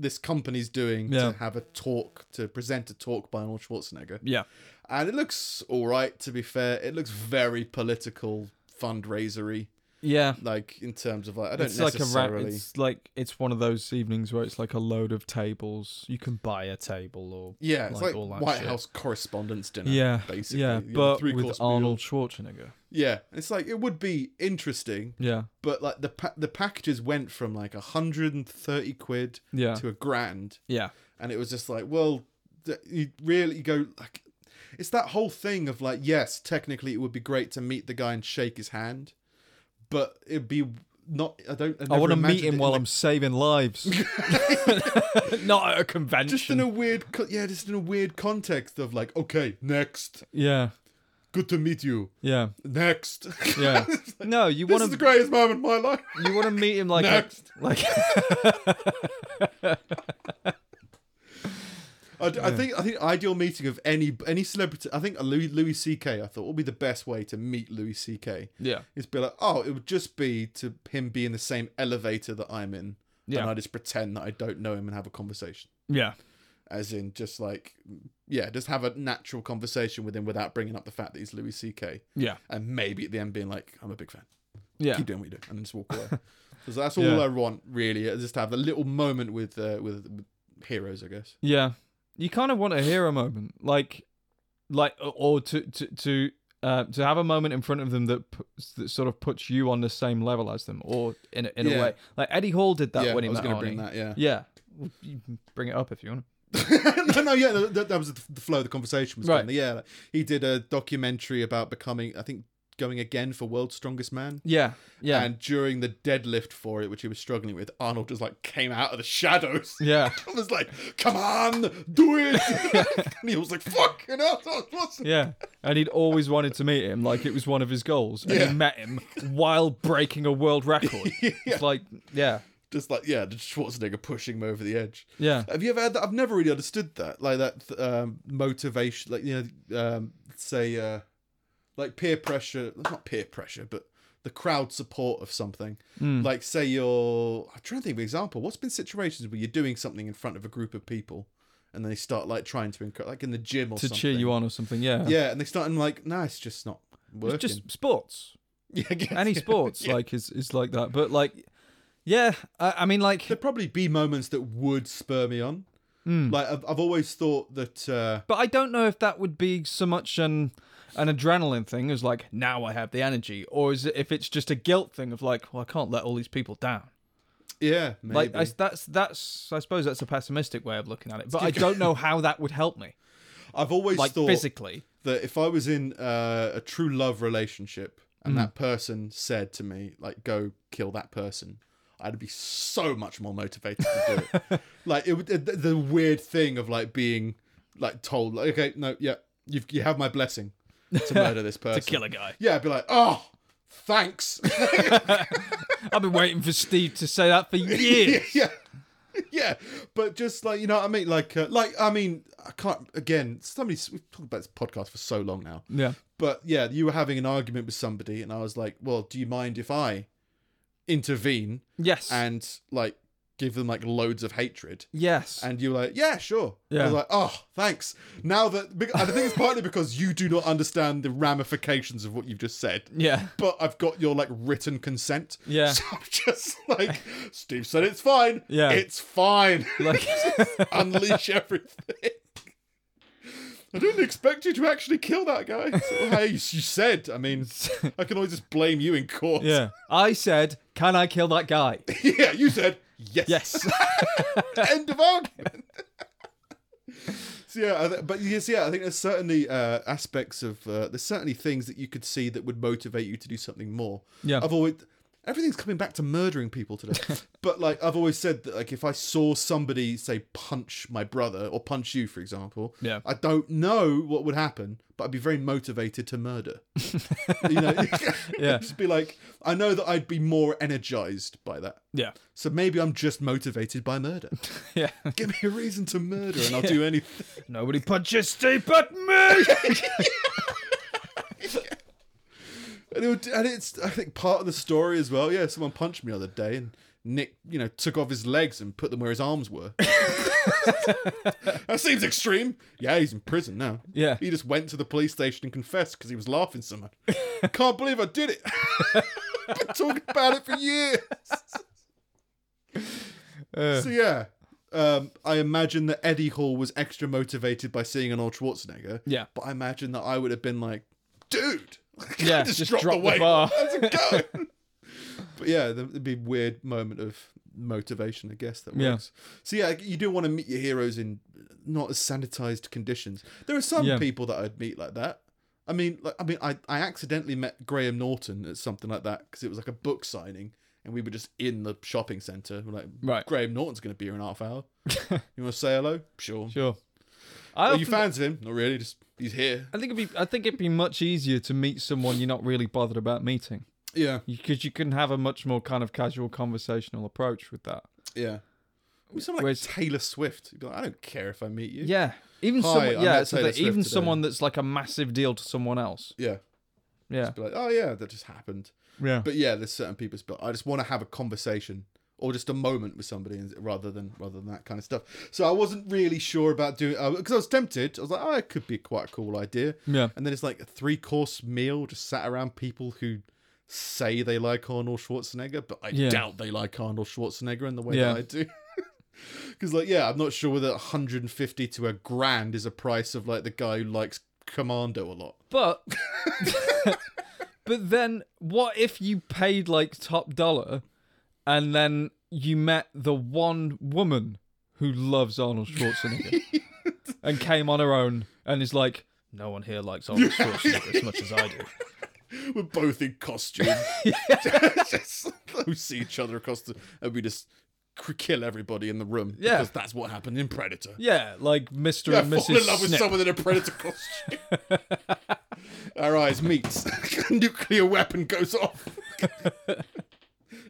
S3: this company's doing
S1: Yeah.
S3: to have a talk to present a talk by Arnold Schwarzenegger,
S1: Yeah.
S3: and it looks all right. To be fair, it looks very political fundraisery.
S1: Yeah.
S3: Like in terms of like I don't
S1: It's like a ra-
S3: necessarily.
S1: it's like it's one of those evenings where it's like a load of tables. You can buy a table or
S3: yeah, it's
S1: like
S3: like,
S1: all that
S3: White
S1: shit.
S3: House correspondence dinner.
S1: yeah,
S3: basically.
S1: yeah,
S3: you know,
S1: but
S3: three
S1: with
S3: course meal.
S1: Arnold Schwarzenegger.
S3: Yeah, it's like it would be interesting,
S1: Yeah,
S3: but like the pa- the packages went from like hundred and thirty quid
S1: yeah,
S3: to a grand,
S1: yeah,
S3: and it was just like, well, th- you really go like, it's that whole thing of like, yes, technically it would be great to meet the guy and shake his hand, but it'd be not. I don't.
S1: I want to meet
S3: imagined it
S1: him
S3: in
S1: while
S3: the-
S1: I'm saving lives, not at a convention.
S3: just in a weird, co- yeah, just in a weird context of like, okay, next,
S1: yeah,
S3: good to meet you,
S1: yeah,
S3: next,
S1: yeah. no, you
S3: This
S1: want
S3: is
S1: to
S3: the greatest moment of my life.
S1: you want to meet him like a,
S3: Next.
S1: like
S3: I, d- I think I think ideal meeting of any any celebrity. I think a Louis Louis C.K. I thought would be the best way to meet Louis C.K.
S1: yeah,
S3: Is be like, oh, it would just be to him be in the same elevator that I'm in,
S1: Yeah.
S3: and I just pretend that I don't know him and have a conversation,
S1: yeah,
S3: as in just like, yeah, just have a natural conversation with him without bringing up the fact that he's Louis C.K.
S1: yeah,
S3: And maybe at the end being like, I'm a big fan.
S1: yeah,
S3: Keep doing what you do, and then just walk away. so that's all
S1: Yeah.
S3: I want really, is just to have a little moment with uh, with, with heroes, I guess.
S1: yeah. You kind of want a hero moment, like like or to to to. Uh, to have a moment in front of them that, pu- that sort of puts you on the same level as them, or in a, in
S3: Yeah.
S1: a way, like Eddie Hall did that
S3: yeah,
S1: when
S3: I
S1: he
S3: was
S1: met
S3: going to
S1: Arnie.
S3: bring that. Yeah.
S1: Yeah, Well, you can bring it up if you want.
S3: no, no, yeah, that, that was the, the flow of the conversation was
S1: Right.
S3: going. there. Yeah, like, he did a documentary about becoming, I think, going again for World's Strongest Man.
S1: Yeah, yeah,
S3: And during the deadlift for it, which he was struggling with, Arnold just like came out of the shadows.
S1: yeah,
S3: I was like, "Come on, do it!" and he was like, "Fucking hell, what's
S1: yeah. And he'd always wanted to meet him, like it was one of his goals. And
S3: Yeah.
S1: he met him while breaking a world record. It's like, yeah,
S3: just like yeah, just Schwarzenegger pushing him over the edge."
S1: yeah,
S3: Have you ever had that? I've never really understood that, like that um, motivation, like you know, um, say, uh, like peer pressure. Not peer pressure, but the crowd support of something.
S1: Hmm.
S3: Like, say you're. I'm trying to think of an example. What's been situations where you're doing something in front of a group of people, and they start like trying to encourage, like in the gym or
S1: to
S3: something.
S1: cheer you on or something. Yeah,
S3: Yeah, and they start and like, nah, it's just not working.
S1: It's just sports.
S3: yeah, I guess.
S1: Any sports like is is like that. But like, yeah, I, I mean, like,
S3: There'd probably be moments that would spur me on.
S1: Hmm.
S3: Like I've, I've always thought that. Uh,
S1: but I don't know if that would be so much an an adrenaline thing as like now I have the energy, or is it if it's just a guilt thing of like, well, I can't let all these people down.
S3: yeah, maybe.
S1: Like I, that's that's I suppose that's a pessimistic way of looking at it, but I don't know how that would help me,
S3: I've always
S1: like
S3: thought
S1: physically.
S3: that if I was in uh, a true love relationship and
S1: Mm.
S3: that person said to me, like, go kill that person, I'd be so much more motivated to do it. like, it, would- the, the weird thing of like being like told, like, okay, no, yeah, you've, you have my blessing to murder this person.
S1: a guy.
S3: Yeah, I'd be like, oh, thanks.
S1: I've been waiting for Steve to say that for years.
S3: yeah. Yeah, but just like you know, what I mean, like, uh, like I mean, I can't. Again, somebody we've talked about this podcast for so long now.
S1: yeah,
S3: but yeah, you were having an argument with somebody, and I was like, "Well, do you mind if I intervene
S1: yes,
S3: and like give them like loads of hatred?"
S1: yes,
S3: And you were like, "Yeah, sure." I
S1: Yeah.
S3: was like, "Oh, thanks." Now that bec- I think it's partly because you do not understand the ramifications of what you've just said.
S1: yeah,
S3: But I've got your like written consent.
S1: Yeah.
S3: So I'm just like, Steve said it's fine.
S1: Yeah.
S3: It's fine.
S1: like
S3: Unleash everything. I didn't expect you to actually kill that guy. So, hey, you said. I mean, I can always just blame you in court.
S1: yeah. I said, can I kill that guy?
S3: Yeah, you said yes.
S1: Yes,
S3: End of argument. so yeah, I th- but yes, yeah, I think there's certainly uh, aspects of uh, there's certainly things that you could see that would motivate you to do something more.
S1: Yeah.
S3: I've always everything's coming back to murdering people today. but like I've always said that like if I saw somebody say punch my brother or punch you, for example,
S1: Yeah.
S3: I don't know what would happen, but I'd be very motivated to murder. you know,
S1: Yeah.
S3: just be like, I know that I'd be more energized by that.
S1: yeah,
S3: So maybe I'm just motivated by murder.
S1: yeah.
S3: Give me a reason to murder and I'll do anything.
S1: Nobody punches Steve but me.
S3: And, it would, and it's, I think, part of the story as well. Yeah, someone punched me the other day and Nick, you know, took off his legs and put them where his arms were. that seems extreme. Yeah, he's in prison now.
S1: Yeah.
S3: He just went to the police station and confessed because he was laughing so much. Can't believe I did it. been talking about it for years.
S1: Uh.
S3: So yeah, um, I imagine that Eddie Hall was extra motivated by seeing an old Schwarzenegger.
S1: Yeah.
S3: But I imagine that I would have been like, dude,
S1: Yeah, just drop the
S3: weight.
S1: bar.
S3: Let's go. but yeah, there- there'd be a weird moment of motivation, I guess that
S1: Yeah.
S3: works. So yeah, you do want to meet your heroes in not as sanitized conditions. There are some
S1: Yeah.
S3: people that I'd meet like that. I mean, like, I mean, I, I accidentally met Graham Norton at something like that because it was like a book signing, and we were just in the shopping center. We're like,
S1: Right.
S3: Graham Norton's going to be here in half hour. you want to say hello? Sure.
S1: Sure. I
S3: Are you
S1: often-
S3: fans of him? Not really. Just he's here.
S1: I think it'd be I think it'd be much easier to meet someone you're not really bothered about meeting
S3: Yeah,
S1: because you can have a much more kind of casual conversational approach with that.
S3: yeah. Or Someone like
S1: Whereas-
S3: Taylor Swift. You'd be like, I don't care if I meet you.
S1: Yeah. Even
S3: Hi, I
S1: someone yeah,
S3: met
S1: it's like
S3: Taylor
S1: that-
S3: Swift
S1: even
S3: today.
S1: someone that's like a massive deal to someone else.
S3: yeah.
S1: Yeah.
S3: Be like, oh yeah, that just happened.
S1: Yeah.
S3: But yeah, there's certain people. But I just want to have a conversation or just a moment with somebody, and- rather than rather than that kind of stuff. So I wasn't really sure about doing because I was tempted. I was like, oh, it could be quite a cool idea.
S1: Yeah.
S3: And then it's like a three course meal just sat around people who say they like Arnold Schwarzenegger, but I
S1: Yeah.
S3: doubt they like Arnold Schwarzenegger in the way
S1: Yeah.
S3: that I do. Because like, yeah, I'm not sure whether 150 to a grand is a price of like the guy who likes Commando a lot.
S1: But But then what if you paid like top dollar and then you met the one woman who loves Arnold Schwarzenegger and came on her own and is like, No one here likes Arnold Schwarzenegger as much as I do.
S3: We're both in costume. just, we see each other across the, and we just cr- kill everybody in the room.
S1: Yeah.
S3: because that's what happened in Predator.
S1: Yeah, like Mr.
S3: I
S1: and
S3: fall
S1: Mrs.
S3: in love with
S1: Snip.
S3: someone in a predator costume. Our eyes meet. Nuclear weapon goes off.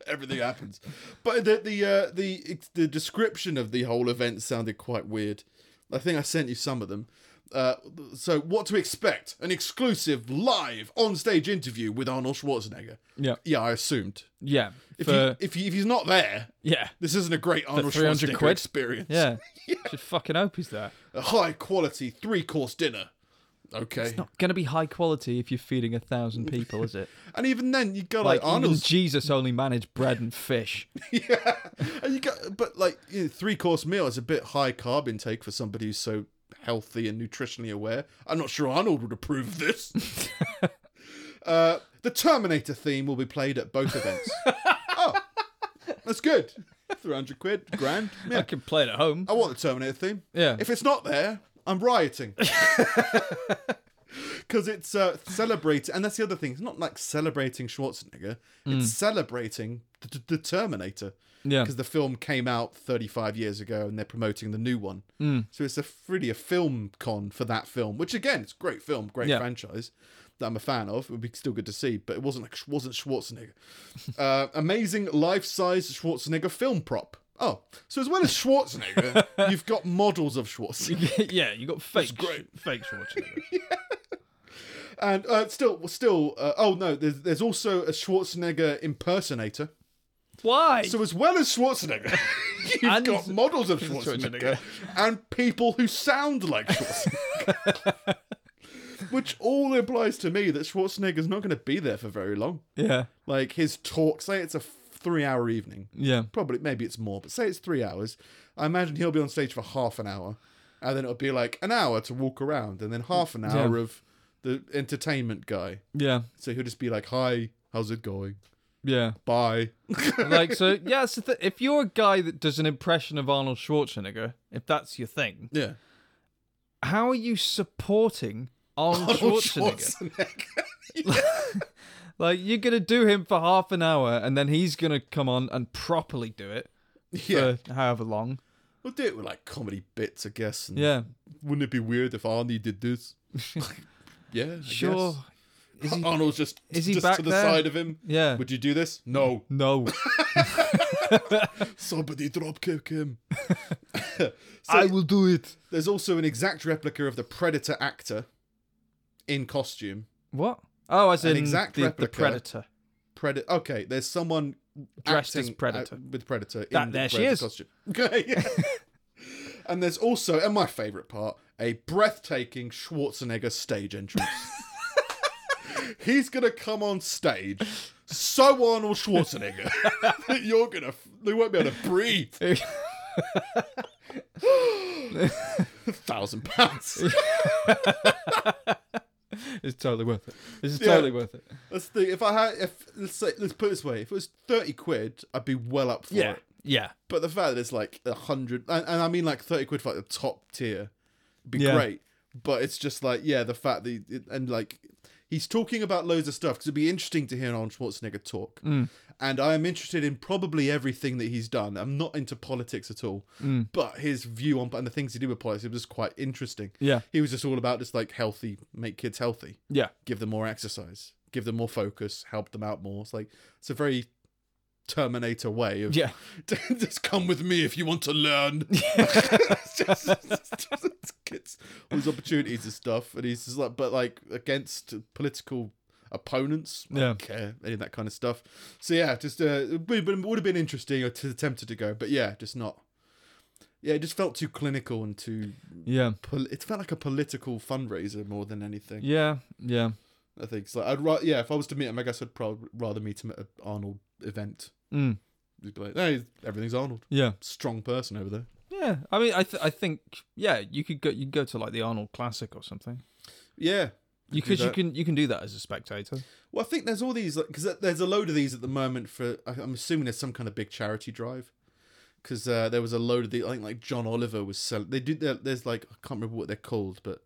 S3: Everything happens. But the the uh, the it's- the description of the whole event sounded quite weird. I think I sent you some of them. Uh, so what to expect? An exclusive live on-stage interview with Arnold Schwarzenegger.
S1: Yeah.
S3: Yeah, I assumed.
S1: Yeah.
S3: If,
S1: for-
S3: he, if, he, if he's not there,
S1: yeah.
S3: this isn't a great Arnold
S1: 300
S3: Schwarzenegger
S1: quid?
S3: experience
S1: Yeah. Should fucking hope he's there.
S3: a high quality three course dinner. Okay.
S1: Not gonna be high quality if you're feeding a thousand people, is it?
S3: And even then, you go
S1: Like
S3: like,
S1: even
S3: Arnold's.
S1: Jesus only managed bread and fish.
S3: yeah. And you go, but like you know, three course meal is a bit high carb intake for somebody who's so healthy and nutritionally aware. I'm not sure Arnold would approve of this. uh, the Terminator theme will be played at both events. oh, that's good. 300 quid, grand.
S1: I
S3: Yeah.
S1: can play it at home.
S3: I want the Terminator theme.
S1: Yeah.
S3: If it's not there, I'm rioting. Because it's uh, celebrating, and that's the other thing. It's not like celebrating Schwarzenegger. It's celebrating the, the Terminator.
S1: Mm. Yeah.
S3: Because the film came out 35 years ago, and they're promoting the new one. So it's a really a film con for that film, which again, it's a great film, great
S1: Yeah.
S3: franchise that I'm a fan of. It would be still good to see, but it wasn't like, wasn't Schwarzenegger. uh, amazing life-size Schwarzenegger film prop. Oh, so as well as Schwarzenegger, you've got models of Schwarzenegger.
S1: yeah, you got fake,
S3: great.
S1: fake Schwarzenegger.
S3: And uh, still, still. Uh, oh no, there's there's also a Schwarzenegger impersonator.
S1: Why?
S3: So as well as Schwarzenegger, you've
S1: And-
S3: got models of Schwarzenegger,
S1: Schwarzenegger.
S3: and people who sound like Schwarzenegger. Which all implies to me that Schwarzenegger's not going to be there for very long.
S1: yeah,
S3: Like his talk, say it's a three-hour evening.
S1: yeah,
S3: Probably, maybe it's more, but say it's three hours. I imagine he'll be on stage for half an hour, and then it'll be like an hour to walk around, and then half an hour
S1: Yeah.
S3: of the entertainment guy.
S1: yeah,
S3: So he'll just be like, "Hi, how's it going?
S1: yeah.
S3: Bye."
S1: Like so, yeah. So th- if you're a guy that does an impression of Arnold Schwarzenegger, if that's your thing,
S3: yeah.
S1: how are you supporting Arnold, Schwarzenegger? Like you're gonna do him for half an hour, and then he's gonna come on and properly do it
S3: yeah.
S1: for however long.
S3: We'll do it with like comedy bits, I guess. And
S1: Yeah,
S3: Wouldn't it be weird if Arnie did this? yeah. I
S1: sure.
S3: Guess. Arnold's just
S1: is he
S3: just
S1: back
S3: to the
S1: there?
S3: side of him.
S1: Yeah.
S3: Would you do this? No.
S1: No,
S3: Somebody drop kick him.
S1: I will do it.
S3: There's also an exact replica of the Predator actor in costume.
S1: What? Oh, as
S3: An
S1: in
S3: exact
S1: the, the
S3: replica.
S1: predator.
S3: Predator. Okay, there's someone
S1: Dressed as
S3: acting
S1: Predator.
S3: out- with Predator.
S1: That-
S3: in
S1: there
S3: the
S1: she
S3: Predator
S1: is.
S3: Costume. Okay, yeah. and there's also, and my favourite part, a breathtaking Schwarzenegger stage entrance. He's gonna come on stage so Arnold Schwarzenegger that you're gonna, they won't be able to breathe. Thousand pounds.
S1: It's totally worth it. This is
S3: Yeah.
S1: totally worth it.
S3: That's the thing. If I had, if let's say, let's put it this way, if it was thirty quid, I'd be well up for it.
S1: Yeah.
S3: But the fact that it's like a hundred, and, and I mean like thirty quid for like the top tier, would be
S1: Yeah.
S3: great. But it's just like yeah, the fact that he- and like he's talking about loads of stuff because it'd be interesting to hear Arnold Schwarzenegger talk.
S1: Mm.
S3: And I am interested in probably everything that he's done. I'm not into politics at all,
S1: Mm.
S3: but his view on and the things he did with politics was quite interesting.
S1: Yeah.
S3: he was just all about just like healthy, make kids healthy
S1: Yeah.
S3: give them more exercise, give them more focus, help them out more. It's like it's a very Terminator way of
S1: Yeah.
S3: just come with me if you want to learn. it's just, it's just- it's kids- all these opportunities and stuff, and he's just like, but like against political opponents, I don't care any of that kind of stuff. So yeah, just uh, it would it would have been interesting or to tempted to go, but yeah, just not. Yeah, it just felt too clinical and too.
S1: Yeah.
S3: Pol- it felt like a political fundraiser more than anything.
S1: Yeah. Yeah.
S3: I think so. I'd rather, yeah, if I was to meet him, I guess I'd probably rather meet him at an Arnold event.
S1: Mm.
S3: He'd be like, hey, everything's Arnold.
S1: Yeah.
S3: Strong person over there.
S1: Yeah. I mean, I th- I think yeah, you could go you could go to like the Arnold Classic or something.
S3: Yeah.
S1: You
S3: Could do
S1: could you
S3: that.
S1: can you can do that as a spectator.
S3: Well, I think there's all these, because there's a load of these at the moment for, I- I'm assuming there's some kind of big charity drive. Because uh, there was a load of the, I think like John Oliver was selling, they do, there- there's like, I can't remember what they're called, but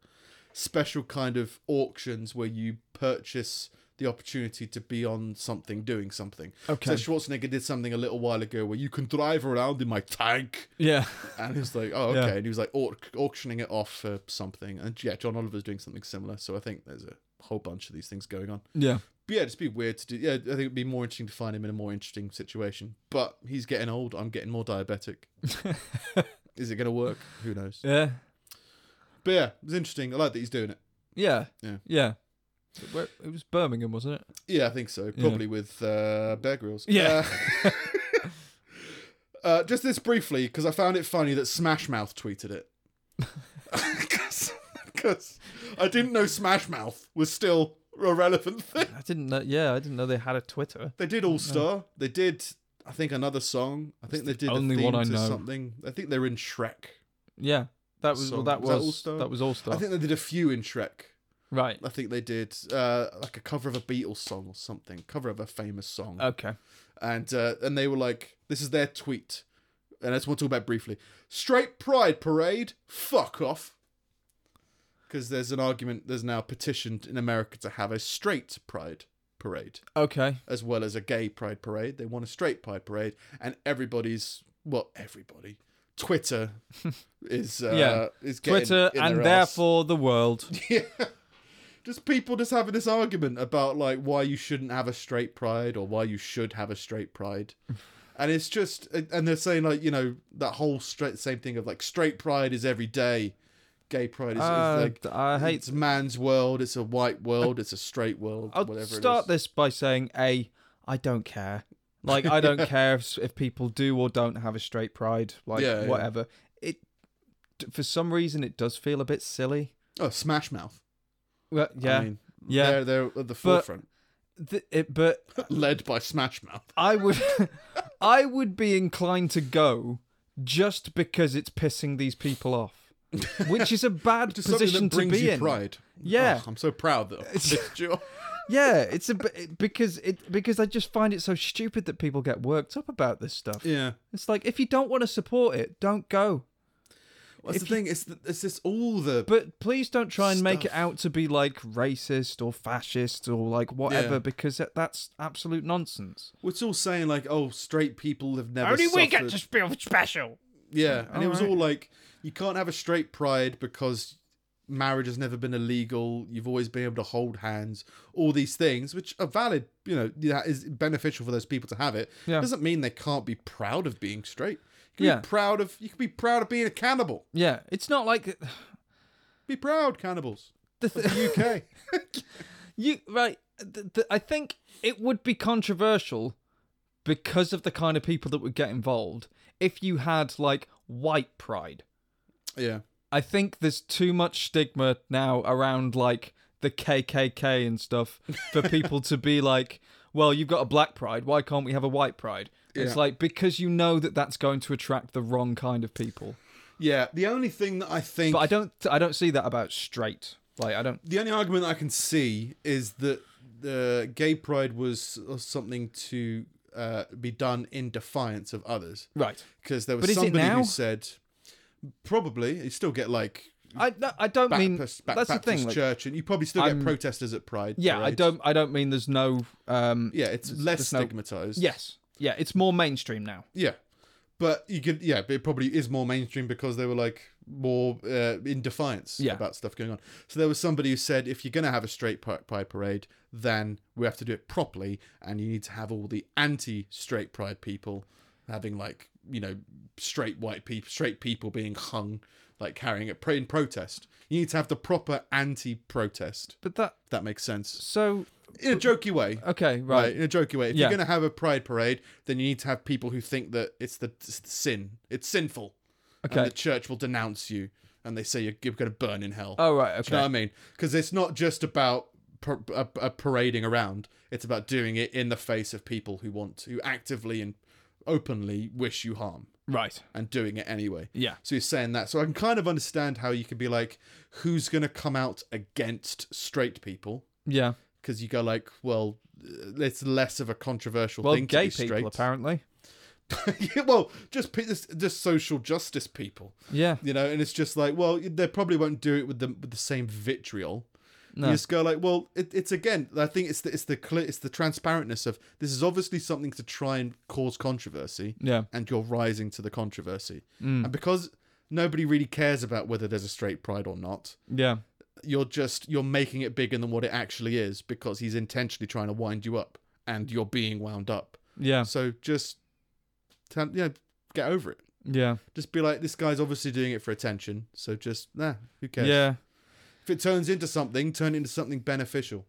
S3: special kind of auctions where you purchase the opportunity to be on something doing something.
S1: Okay.
S3: So Schwarzenegger did something a little while ago where you can drive around in my tank.
S1: Yeah.
S3: And he was like, oh, okay.
S1: Yeah.
S3: And he was like au- auctioning it off for something. And yeah, John Oliver's doing something similar. So I think there's a whole bunch of these things going on.
S1: Yeah.
S3: But yeah, it'd just be weird to do. Yeah, I think it'd be more interesting to find him in a more interesting situation. But he's getting old. I'm getting more diabetic. Is it going to work? Who knows?
S1: Yeah.
S3: But yeah, it's interesting. I like that he's doing it.
S1: Yeah.
S3: Yeah.
S1: Yeah. Where, it was Birmingham, wasn't it?
S3: Yeah, I think so. Probably with uh, Bear Grylls.
S1: Yeah.
S3: Uh, uh, just this briefly, because I found it funny that Smash Mouth tweeted it. Because I didn't know Smash Mouth was still a relevant thing.
S1: I didn't know. Yeah, I didn't know they had a Twitter.
S3: They did All Star. They did, I think, another song. I think they did
S1: only
S3: a theme
S1: one I
S3: to
S1: know.
S3: something. I think they're in Shrek.
S1: Yeah. That was well,
S3: Song.
S1: that
S3: Was that
S1: was
S3: All-Star?
S1: that was all star.
S3: I think they did a few in Shrek.
S1: Right.
S3: I think they did uh, like a cover of a Beatles song or something, cover of a famous song.
S1: Okay.
S3: and uh, and they were like, "This is their tweet," and I just want to talk about it briefly. Straight Pride Parade, fuck off, because there's an argument. There's now petitioned in America to have a straight Pride Parade
S1: Okay.
S3: as well as a gay Pride Parade. They want a straight Pride Parade, and everybody's well, everybody. Twitter is uh,
S1: Yeah.
S3: is getting
S1: Twitter
S3: in
S1: and
S3: their ass.
S1: therefore the world.
S3: just people just having this argument about like why you shouldn't have a straight pride or why you should have a straight pride and it's just and they're saying like you know that whole straight same thing of like straight pride is every day gay pride is,
S1: Uh,
S3: is like
S1: I hate
S3: it's man's world it's a white world it's a straight world
S1: I'll
S3: whatever
S1: start
S3: it is
S1: this by saying a I don't care. Like I don't care if, if people do or don't have a straight pride. Like
S3: Yeah, yeah.
S1: whatever. It d- for some reason it does feel a bit silly.
S3: oh smash mouth
S1: Well, yeah,
S3: I mean,
S1: yeah.
S3: they're, they're at the forefront
S1: Th- it, but
S3: led by smash mouth
S1: I would I would be inclined to go just because it's pissing these people off, which is a bad
S3: Just
S1: position
S3: something that brings
S1: to be
S3: you
S1: in.
S3: pride
S1: Yeah.
S3: Oh, i'm so proud that I've picked you up.
S1: Yeah, it's a b- because it because I just find it so stupid that people get worked up about this stuff.
S3: yeah
S1: It's like if you don't want to support it, don't go.
S3: well, that's the thing it's, the, it's just all the
S1: But please don't try and make it
S3: Stuff.
S1: out to be like racist or fascist or like whatever
S3: Yeah.
S1: because that, that's absolute nonsense.
S3: Well, It's all saying like, oh, straight people have never
S4: Only
S3: suffered.
S4: we get to feel special.
S3: yeah, and it was
S1: Alright.
S3: all like, you can't have a straight pride because marriage has never been illegal. You've always been able to hold hands. All these things, which are valid, you know, that is beneficial for those people to have it.
S1: Yeah.
S3: Doesn't mean they can't be proud of being straight. You can
S1: Yeah.
S3: be proud of you can be proud of being a cannibal.
S1: Yeah, it's not like
S3: Be proud, cannibals.
S1: the
S3: Of
S1: th-
S3: the UK.
S1: you right. th th I think it would be controversial because of the kind of people that would get involved if you had like white pride.
S3: yeah.
S1: I think there's too much stigma now around like the KKK and stuff for people to be like, well, you've got a black pride. Why can't we have a white pride? It's
S3: Yeah.
S1: like because you know that that's going to attract the wrong kind of people.
S3: Yeah, the only thing that I think
S1: But I don't. I don't see that about straight. Like I don't.
S3: the only argument I can see is that the gay pride was uh, something to uh, be done in defiance of others
S1: Right.
S3: because there was
S1: But is it
S3: somebody
S1: now?
S3: who said probably you still get like
S1: I. no, I don't
S3: back,
S1: mean.
S3: Baptist
S1: that's the thing. like-
S3: church and you probably still get
S1: I'm-
S3: protesters at pride.
S1: yeah. I
S3: parades.
S1: don't. I don't mean there's no. Um.
S3: Yeah, it's less
S1: no-
S3: stigmatized.
S1: Yes. Yeah. It's more mainstream now.
S3: Yeah. But you could, yeah, but it probably is more mainstream because they were like more uh, in defiance
S1: Yeah.
S3: about stuff going on. So there was somebody who said, if you're going to have a straight pri- pride parade, then we have to do it properly, and you need to have all the anti-straight pride people having like you know straight white people, straight people being hung, like carrying it in protest. You need to have the proper anti-protest.
S1: But that.
S3: If that makes sense
S1: So.
S3: in a jokey way
S1: Okay.
S3: right
S1: Right.
S3: in a jokey way if
S1: Yeah.
S3: you're going to have a pride parade then you need to have people who think that it's the, it's the sin it's sinful
S1: Okay.
S3: and the church will denounce you and they say you're, you're going to burn in hell
S1: Oh right.
S3: Do you know
S1: Okay.
S3: what i mean because it's not just about par- uh, uh, parading around it's about doing it in the face of people who want to actively and openly wish you harm
S1: right.
S3: and doing it anyway
S1: Yeah.
S3: so he's saying that so i can kind of understand how you could be like who's going to come out against straight people
S1: Yeah.
S3: because you go like, well, uh, it's less of a controversial
S1: Well,
S3: thing.
S1: gay
S3: to be
S1: people apparently.
S3: apparently. well, just pe- just, just social justice people,
S1: Yeah.
S3: you know. And it's just like, well, they probably won't do it with the with the same vitriol. You just go like, well, it, it's again. I think it's the it's the clear, it's the transparentness of this is obviously something to try and cause controversy,
S1: Yeah.
S3: and you're rising to the controversy,
S1: Mm.
S3: and because nobody really cares about whether there's a straight pride or not
S1: Yeah.
S3: you're just you're making it bigger than what it actually is because he's intentionally trying to wind you up and you're being wound up
S1: Yeah.
S3: so just you know, get over it
S1: Yeah.
S3: just be like this guy's obviously doing it for attention so just nah who cares
S1: Yeah.
S3: if it turns into something turn it into something beneficial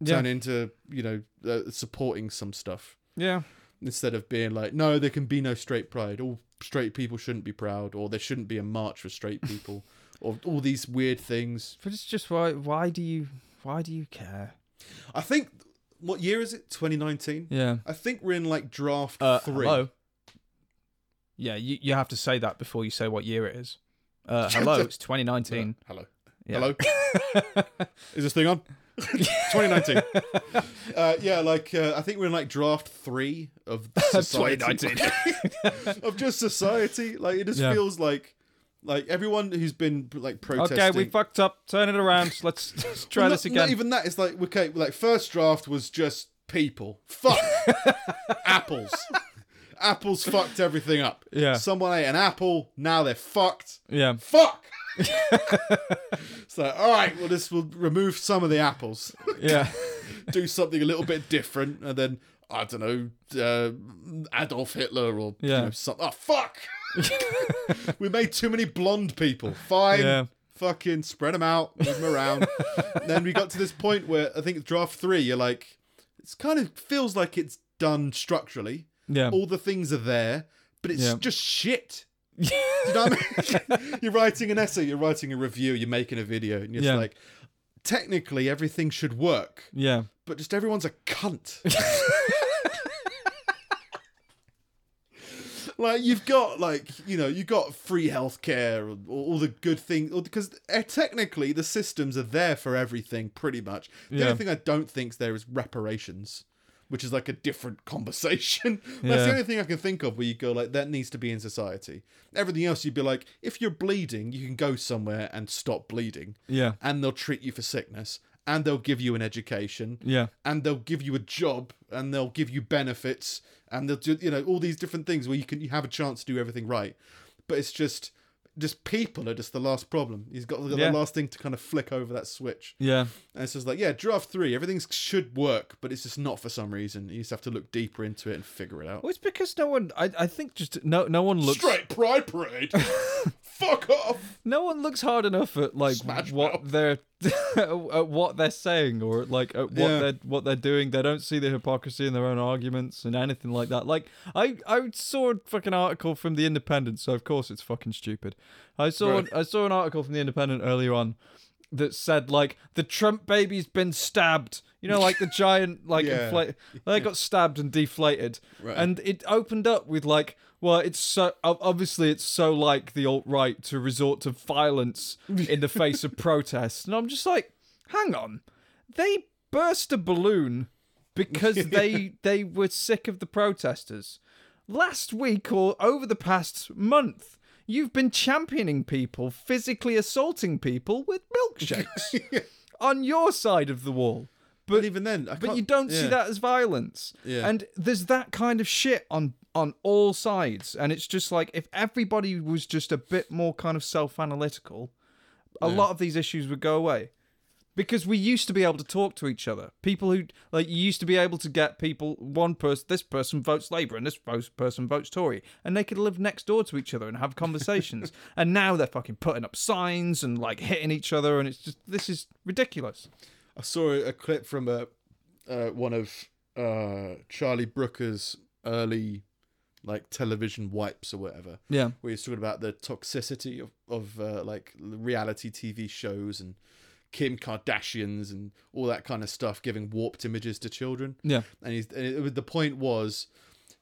S1: Yeah.
S3: turn into you know uh, supporting some stuff
S1: Yeah.
S3: instead of being like no there can be no straight pride all straight people shouldn't be proud or there shouldn't be a march for straight people or all these weird things
S1: But it's just why. Why do you? Why do you care?
S3: i think what year is it 2019
S1: Yeah.
S3: I think we're in like draft
S1: Uh,
S3: three.
S1: Hello. Yeah, you, you have to say that before you say what year it is. Uh, hello, it's 2019.
S3: Hello.
S1: Yeah.
S3: Hello. Is this thing on? 2019. uh, yeah, like uh, I think we're in like draft three of society.
S1: 2019.
S3: of just society. Like it just
S1: Yeah.
S3: feels like like everyone who's been like protesting.
S1: okay, we fucked up. Turn it around. Let's, let's try
S3: Well,
S1: this
S3: not-
S1: again.
S3: Not even that. It's like okay, like first draft was just people. Fuck apples. Apples fucked everything up.
S1: Yeah.
S3: Someone ate an apple. Now they're fucked.
S1: Yeah.
S3: fuck. so, all right, well, this will remove some of the apples,
S1: Yeah.
S3: do something a little bit different, and then I don't know, uh, Adolf Hitler or
S1: Yeah.
S3: you know, something. Oh fuck! we made too many blonde people. Fine.
S1: Yeah.
S3: Fucking spread them out, move them around. then we got to this point where I think draft three, you're like, it's kind of feels like it's done structurally.
S1: Yeah.
S3: All the things are there, but it's
S1: Yeah.
S3: just shit. You know what I mean? you're writing an essay, you're writing a review, you're making a video, and you're just
S1: Yeah.
S3: like, technically everything should work,
S1: yeah.
S3: but just everyone's a cunt. like you've got like you know you've got free healthcare and all all the good things or- because eh, technically the systems are there for everything pretty much. The
S1: Yeah.
S3: only thing I don't think's there is reparations. Which is like a different conversation. That's the
S1: Yeah.
S3: only thing I can think of where you go like that needs to be in society. Everything else you'd be like, if you're bleeding, you can go somewhere and stop bleeding
S1: Yeah.
S3: and they'll treat you for sickness and they'll give you an education
S1: Yeah.
S3: and they'll give you a job and they'll give you benefits and they'll do you know all these different things where you can you have a chance to do everything right but it's just just people are just the last problem he's got the
S1: Yeah.
S3: last thing to kind of flick over that switch
S1: Yeah.
S3: and it's just like yeah draft three everything should work but it's just not for some reason you just have to look deeper into it and figure it out
S1: Well, it's because no one. I, I think just no no one looks
S3: straight pride parade fuck off
S1: no one looks hard enough at like
S3: Smash
S1: what
S3: mouth.
S1: they're at what they're saying or at, like at what
S3: Yeah.
S1: they're what they're doing. They don't see the hypocrisy in their own arguments and anything like that. Like I I saw a fucking article from the Independent, so of course it's fucking stupid. I saw
S3: Right.
S1: I saw an article from the Independent earlier on that said like the Trump baby's been stabbed. You know, like the giant, like
S3: Yeah.
S1: inflate. They got stabbed and deflated,
S3: Right.
S1: and it opened up with like, well, it's so ob- obviously it's so like the alt right to resort to violence in the face of protests, and I'm just like, hang on, they burst a balloon because they they were sick of the protesters. Last week or over the past month, you've been championing people physically assaulting people with milkshakes on your side of the wall.
S3: But even then, I
S1: But
S3: can't-
S1: you don't see
S3: yeah.
S1: that as violence.
S3: Yeah.
S1: And there's that kind of shit on on all sides. And it's just like if everybody was just a bit more kind of self-analytical, a lot of these issues would go away. Because we used to be able to talk to each other. People who like you used to be able to get people one person this person votes Labour and this pos- person votes Tory. And they could live next door to each other and have conversations. and now they're fucking putting up signs and like hitting each other and it's just this is ridiculous.
S3: I saw a clip from a uh, one of uh, Charlie Brooker's early like television wipes or whatever.
S1: Yeah.
S3: where he's talking about the toxicity of, of uh, like reality TV shows and Kim Kardashians and all that kind of stuff, giving warped images to children.
S1: Yeah.
S3: And, he's, and it, the point was,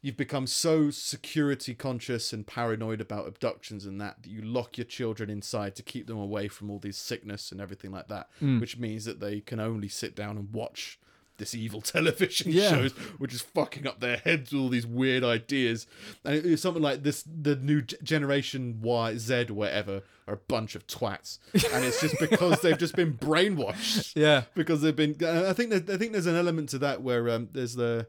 S3: you've become so security conscious and paranoid about abductions and that that you lock your children inside to keep them away from all these sickness and everything like that, which means that they can only sit down and watch this evil television
S1: Yeah.
S3: shows which is fucking up their heads with all these weird ideas and it- it's something like this the new g- generation y z whatever are a bunch of twats and it's just because they've just been brainwashed
S1: Yeah.
S3: because they've been. I think there's, I think there's an element to that where um, there's the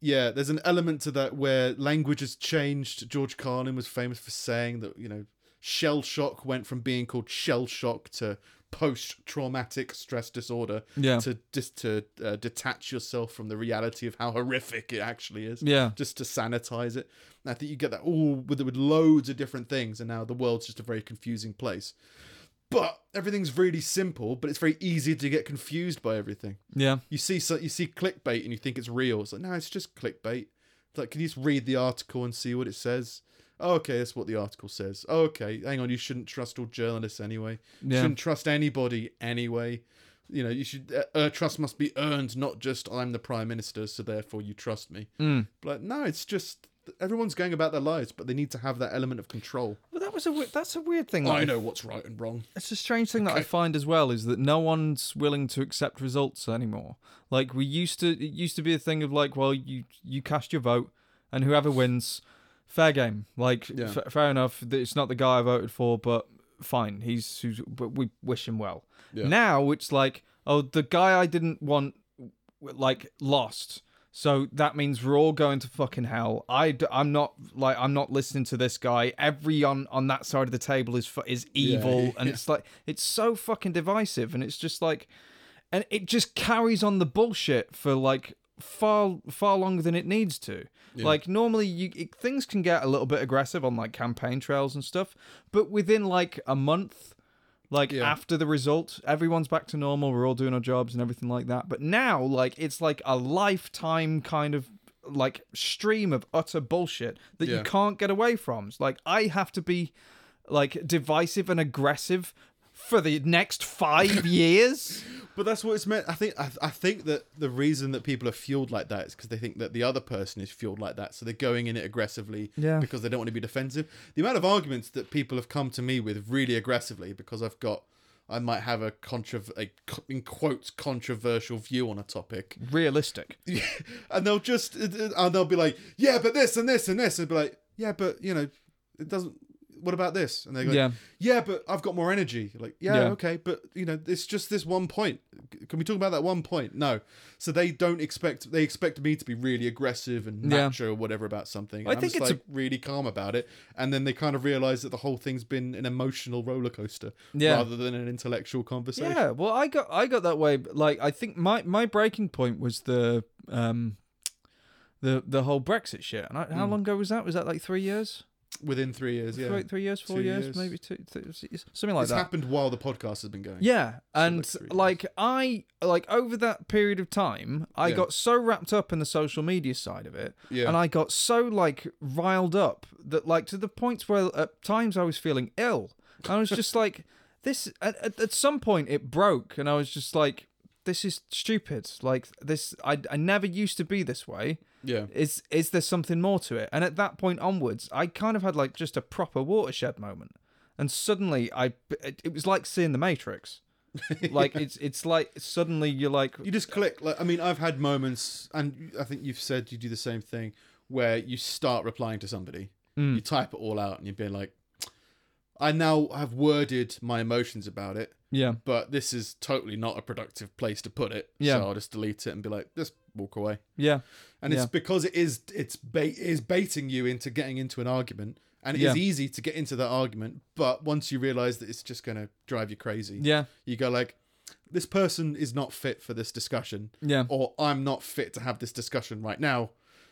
S3: yeah, there's an element to that where language has changed. George Carlin was famous for saying that you know shell shock went from being called shell shock to post traumatic stress disorder
S1: Yeah.
S3: to just to uh, detach yourself from the reality of how horrific it actually is
S1: Yeah.
S3: just to sanitize it and i think you get that all with, with loads of different things and now the world's just a very confusing place but everything's really simple but it's very easy to get confused by everything
S1: Yeah.
S3: you see so you see clickbait and you think it's real it's like no it's just clickbait it's like can you just read the article and see what it says oh, okay that's what the article says oh, okay hang on you shouldn't trust all journalists anyway you
S1: Yeah.
S3: shouldn't trust anybody anyway you know you should uh, uh, trust must be earned not just i'm the prime minister so therefore you trust me
S1: Hmm.
S3: but like, no it's just everyone's going about their lives but they need to have that element of control
S1: Well, that was a we- that's a weird thing.
S3: Oh, i
S1: Like,
S3: know what's right and wrong
S1: It's a strange thing that I find as well is that no one's willing to accept results anymore. Like we used to, it used to be a thing of like, well, you you cast your vote, and whoever wins, fair game. Like
S3: Yeah.
S1: f- fair enough. that It's not the guy I voted for, but fine. He's who's, but we wish him well.
S3: Yeah.
S1: Now it's like, oh, the guy I didn't want, w- like lost. So that means we're all going to fucking hell. I am not like I'm not listening to this guy. Every on on that side of the table is fu- is evil, and it's like it's so fucking divisive, and it's just like, and it just carries on the bullshit for like far far longer than it needs to. Like normally, you it, things can get a little bit aggressive on like campaign trails and stuff, but within like a month, like
S3: Yeah.
S1: after the result, everyone's back to normal. We're all doing our jobs and everything like that. But now, like it's like a lifetime kind of like stream of utter bullshit that
S3: Yeah.
S1: you can't get away from. It's like I have to be like divisive and aggressive for the next five years.
S3: But that's what it's meant. I think. I, I think that the reason that people are fueled like that is because they think that the other person is fueled like that, so they're going in it aggressively
S1: Yeah.
S3: because they don't want to be defensive. The amount of arguments that people have come to me with really aggressively because I've got, I might have a contra, a co- in quotes controversial view on a topic,
S1: Realistic.
S3: and they'll just it- it- and they'll be like, yeah, but this and this and this, and be like, yeah, but you know, it doesn't. What about this? And they go,
S1: Yeah.
S3: yeah, but I've got more energy. You're Like, yeah,
S1: Yeah.
S3: okay, but you know, it's just this one point. C- Can we talk about that one point? No. So they don't expect they expect me to be really aggressive and
S1: Yeah.
S3: macho or whatever about something. And
S1: I
S3: I'm
S1: think
S3: just,
S1: it's a-
S3: like, really calm about it, and then they kind of realize that the whole thing's been an emotional roller coaster
S1: Yeah.
S3: rather than an intellectual conversation.
S1: Yeah, well, I got I got that way. but, Like, I think my my breaking point was the um, the the whole Brexit shit. And I, how long ago was that? Was that like three years?
S3: Within three years, Hmm. yeah,
S1: Three, three years, four
S3: Two
S1: years,
S3: years.
S1: maybe two, th- something like
S3: it's
S1: that.
S3: happened while the podcast has been going.
S1: Yeah, and
S3: three years.
S1: like I like over that period of time, I
S3: Yeah.
S1: got so wrapped up in the social media side of it,
S3: Yeah.
S1: and I got so like riled up that like to the point where at times I was feeling ill. I was just like, this. At, at, at some point, it broke, and I was just like, this is stupid. Like this, I I never used to be this way.
S3: Yeah.
S1: Is is there something more to it? And at that point onwards, I kind of had like just a proper watershed moment, and suddenly I it, it was like seeing the Matrix. like it's it's like suddenly you're like
S3: You just click. Like, I mean, I've had moments, and I think you've said you do the same thing, where you start replying to somebody,
S1: Hmm.
S3: you type it all out, and you've been like, "I now have worded my emotions about it,
S1: yeah
S3: but this is totally not a productive place to put it."
S1: Yeah.
S3: So I'll just delete it and be like, "Just walk away."
S1: yeah
S3: And it's
S1: Yeah.
S3: because it is it's bait is baiting you into getting into an argument, and it is
S1: Yeah.
S3: easy to get into that argument. But once you realize that it's just going to drive you crazy,
S1: yeah
S3: you go like this person is not fit for this discussion
S1: Yeah.
S3: or i'm not fit to have this discussion right now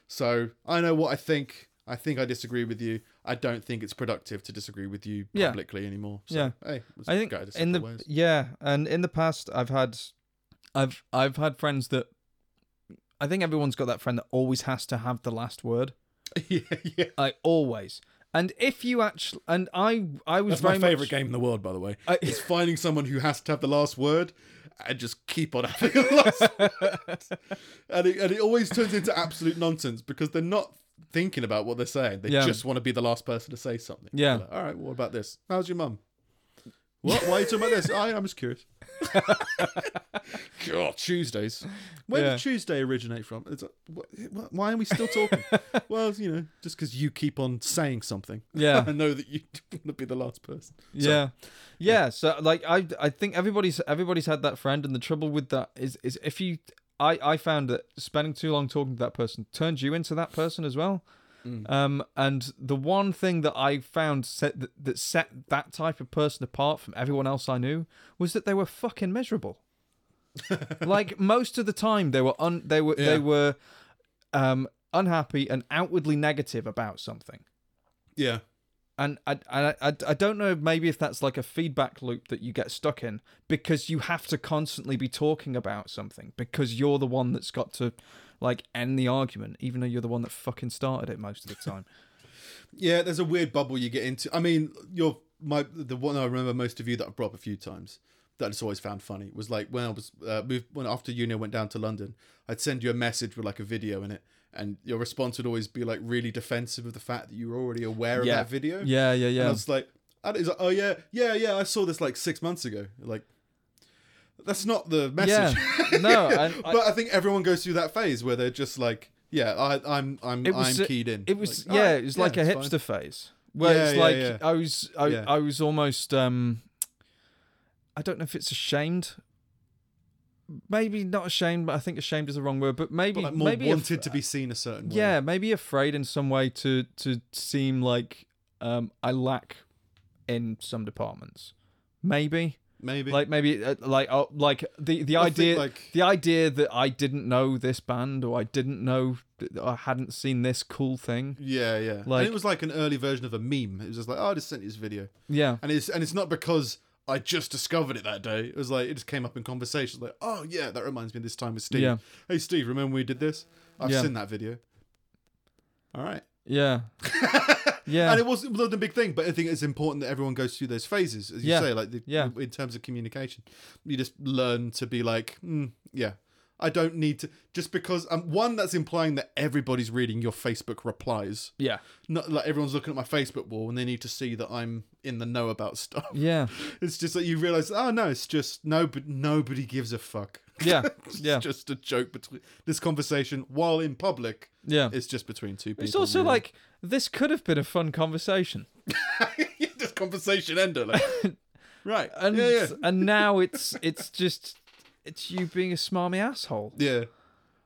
S3: so i know what i think i think i disagree with you i don't think it's productive to disagree with you
S1: Yeah.
S3: publicly anymore so,
S1: Yeah.
S3: hey let's
S1: I think
S3: go to
S1: in
S3: separate
S1: the
S3: ways.
S1: yeah, and in the past I've had, I've I've had friends that, I think everyone's got that friend that always has to have the last word.
S3: yeah, yeah.
S1: Like always. And if you actually, and I I was
S3: That's my
S1: very much-
S3: favorite game in the world, by the way.
S1: I-
S3: It's finding someone who has to have the last word and just keep on having the last word. And it, and it always turns into absolute nonsense because they're not thinking about what they're saying. They
S1: Yeah.
S3: just want to be the last person to say something.
S1: Yeah.
S3: They're like, All right, what about this? How's your mum? What? Why are you talking about this? I, I'm just curious. God, Tuesdays. Where
S1: Yeah.
S3: did Tuesday originate from? It's, wh- why are we still talking? well, you know, just because you keep on saying something.
S1: Yeah.
S3: I know that you want to be the last person.
S1: Yeah. yeah, So like I I think everybody's everybody's had that friend, and the trouble with that is is if you I I found that spending too long talking to that person turns you into that person as well. Um, and the one thing that I found set that, that set that type of person apart from everyone else I knew was that they were fucking miserable. like most of the time, they were un they were
S3: Yeah.
S1: they were um unhappy and outwardly negative about something
S3: Yeah.
S1: and I, I I I don't know maybe if that's like a feedback loop that you get stuck in because you have to constantly be talking about something because you're the one that's got to like end the argument even though you're the one that fucking started it most of the time.
S3: Yeah, there's a weird bubble you get into. I mean, your my the one I remember most of you that I brought up a few times that I just always found funny was like when I was uh, moved when after uni I went down to London, I'd send you a message with like a video in it, and your response would always be like really defensive of the fact that you were already aware
S1: Yeah.
S3: of that video.
S1: yeah, yeah,
S3: and I
S1: yeah.
S3: was like, and it's like, oh yeah, yeah, yeah, I saw this like six months ago. Like, that's not the
S1: Yeah.
S3: message.
S1: no, and I-
S3: but I think everyone goes through that phase where they're just like, yeah, I, I'm, I'm,
S1: it was
S3: I'm
S1: a-
S3: keyed in.
S1: It was
S3: Like,
S1: yeah,
S3: alright,
S1: it was like a
S3: it's
S1: hipster phase where
S3: Yeah,
S1: it's
S3: yeah,
S1: like
S3: yeah.
S1: I was I,
S3: Yeah.
S1: I was almost um I don't know if it's ashamed. Maybe not ashamed, but I think ashamed is the wrong word. But maybe
S3: But like more
S1: maybe if-
S3: wanted to be seen a certain way.
S1: yeah maybe afraid in some way to to seem like um i lack in some departments maybe
S3: maybe.
S1: like maybe uh, like oh, like the the
S3: I think,
S1: idea
S3: like-
S1: the idea that i didn't know this band or i didn't know that i hadn't seen this cool thing
S3: yeah, yeah.
S1: like-
S3: and it was like an early version of a meme. It was just like, oh, I just sent you this video,
S1: yeah
S3: and it's and it's not because I just discovered it that day. It was like it just came up in conversation. Like, oh yeah, that reminds me of this time with Steve.
S1: Yeah.
S3: Hey Steve, remember when we did this? I've
S1: Yeah.
S3: seen that video. All right.
S1: yeah yeah
S3: And it wasn't wasn't a big thing, but I think it's important that everyone goes through those phases, as you
S1: Yeah.
S3: say, like the,
S1: Yeah.
S3: in terms of communication. You just learn to be like, mm, yeah, I don't need to just because um, one that's implying that everybody's reading your Facebook replies,
S1: yeah
S3: not like everyone's looking at my Facebook wall and they need to see that I'm in the know about stuff.
S1: yeah
S3: It's just that you realize, oh no, it's just nobody nobody gives a fuck.
S1: yeah
S3: It's
S1: yeah
S3: just a joke between this conversation while in public.
S1: yeah
S3: It's just between two people.
S1: it's also
S3: really.
S1: like this could have been a fun conversation
S3: this conversation ender. Like, right.
S1: and
S3: yeah, yeah.
S1: and now it's it's just it's you being a smarmy asshole
S3: Yeah.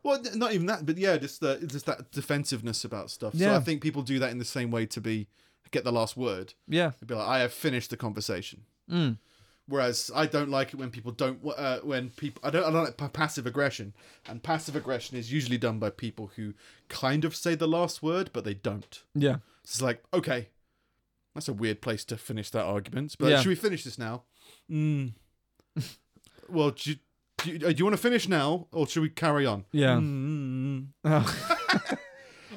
S3: Well, n- not even that, but yeah, just the, it's just that defensiveness about stuff. So
S1: Yeah.
S3: I think people do that in the same way to be get the last word.
S1: yeah
S3: They'd be like, "I have finished the conversation."
S1: Mm.
S3: Whereas I don't like it when people don't uh, when people I don't I don't like pa- passive aggression, and passive aggression is usually done by people who kind of say the last word but they don't.
S1: yeah
S3: So it's like, okay, that's a weird place to finish that argument. But
S1: Yeah.
S3: should we finish this now? Mm. well, do you, do, you, uh, do you want to finish now, or should we carry on?
S1: Yeah.
S3: Mm.
S1: Oh,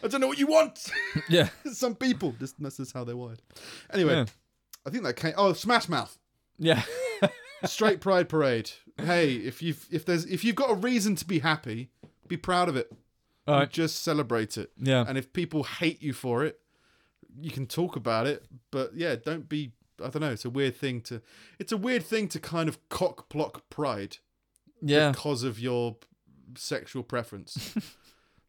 S3: I don't know what you want.
S1: yeah.
S3: Some people, just that's just how they're wired. Anyway,
S1: Yeah.
S3: I think that came. Oh, Smash Mouth.
S1: Yeah.
S3: Straight pride parade. Hey, if you've if there's if you've got a reason to be happy, be proud of it.
S1: All right.
S3: Just celebrate it.
S1: Yeah.
S3: And if people hate you for it, you can talk about it, but yeah, don't be. I don't know. It's a weird thing to. It's a weird thing to kind of cock block pride
S1: Yeah.
S3: because of your sexual preference.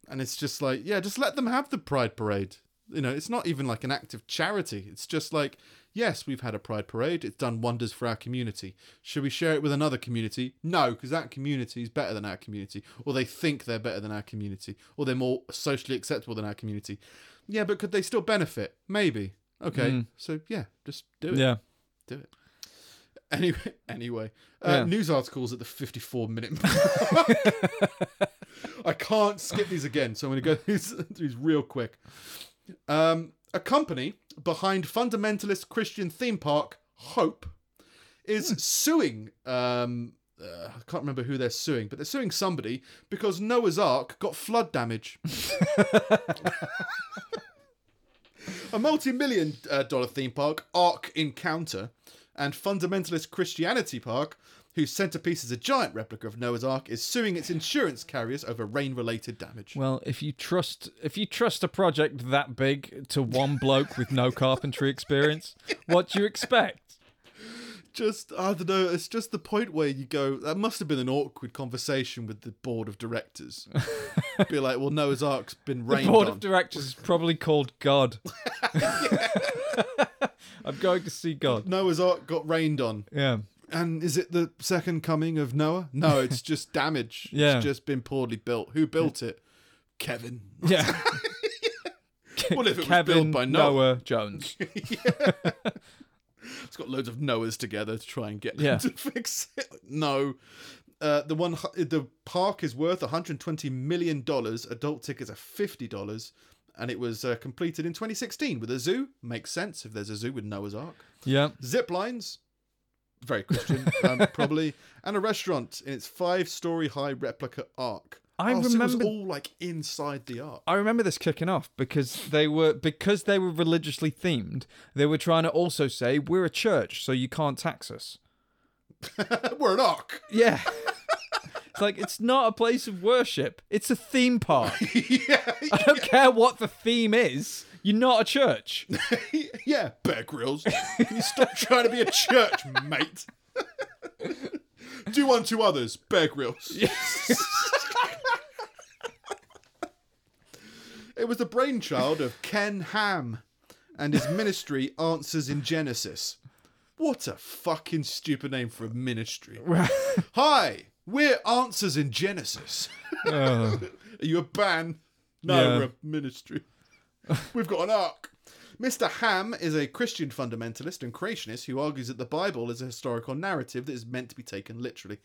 S3: and it's just like, yeah, just let them have the pride parade. You know, it's not even like an act of charity. It's just like, yes, we've had a pride parade. It's done wonders for our community. Should we share it with another community? No, because that community is better than our community, or they think they're better than our community, or they're more socially acceptable than our community. Yeah, but could they still benefit? Maybe. Okay. So, yeah, just do it
S1: Mm. Yeah.
S3: do it. Anyway, anyway, uh,
S1: Yeah.
S3: news articles at the 54 minute mark. I can't skip these again, so I'm going to go through these- through these real quick. Um, a company behind fundamentalist Christian theme park Hope is suing. Um, uh, I can't remember who they're suing, but they're suing somebody because Noah's Ark got flood damage. a multi-million uh, dollar theme park, Ark Encounter, and fundamentalist Christianity Park, whose centerpiece is a giant replica of Noah's Ark, is suing its insurance carriers over rain-related damage.
S1: Well, if you trust if you trust a project that big to one bloke with no carpentry experience, what do you expect?
S3: just I don't know. It's just the point where you go. That must have been an awkward conversation with the board of directors. Be like, well, Noah's Ark's been rained
S1: Board
S3: on.
S1: of directors is probably called God. I'm going to see God.
S3: Noah's Ark got rained on,
S1: Yeah.
S3: and is it the second coming of Noah? No, it's just damage.
S1: Yeah.
S3: It's just been poorly built. Who built it? Kevin.
S1: Yeah.
S3: What if it was
S1: Kevin
S3: built by Noah?
S1: Jones.
S3: It's got loads of Noahs together to try and get them
S1: Yeah.
S3: to fix it. No. Uh, the one hu- the park is worth 120 million dollars. Adult tickets are 50 dollars, and it was uh, completed in 2016 with a zoo. Makes sense if there's a zoo with Noah's Ark.
S1: Yeah.
S3: Zip lines, very Christian, um, probably, and a restaurant in its five-story high replica Ark.
S1: I
S3: oh, so it was
S1: remember-
S3: all like inside the Ark.
S1: I remember this kicking off because they were because they were religiously themed. They were trying to also say we're a church, so you can't tax us.
S3: We're an Ark.
S1: Yeah. it's like it's not a place of worship. It's a theme park.
S3: yeah,
S1: I don't care what the theme is. You're not a church.
S3: yeah, Bear Grylls. Can you stop trying to be a church, mate? Do unto others, Bear Grylls. it was the brainchild of Ken Ham and his ministry Answers in Genesis. What a fucking stupid name for a ministry. Hi, we're Answers in Genesis.
S1: Oh.
S3: Are you a ban? No,
S1: Yeah.
S3: we're a ministry. We've got an ark. Mr. Ham is a Christian fundamentalist and creationist who argues that the Bible is a historical narrative that is meant to be taken literally.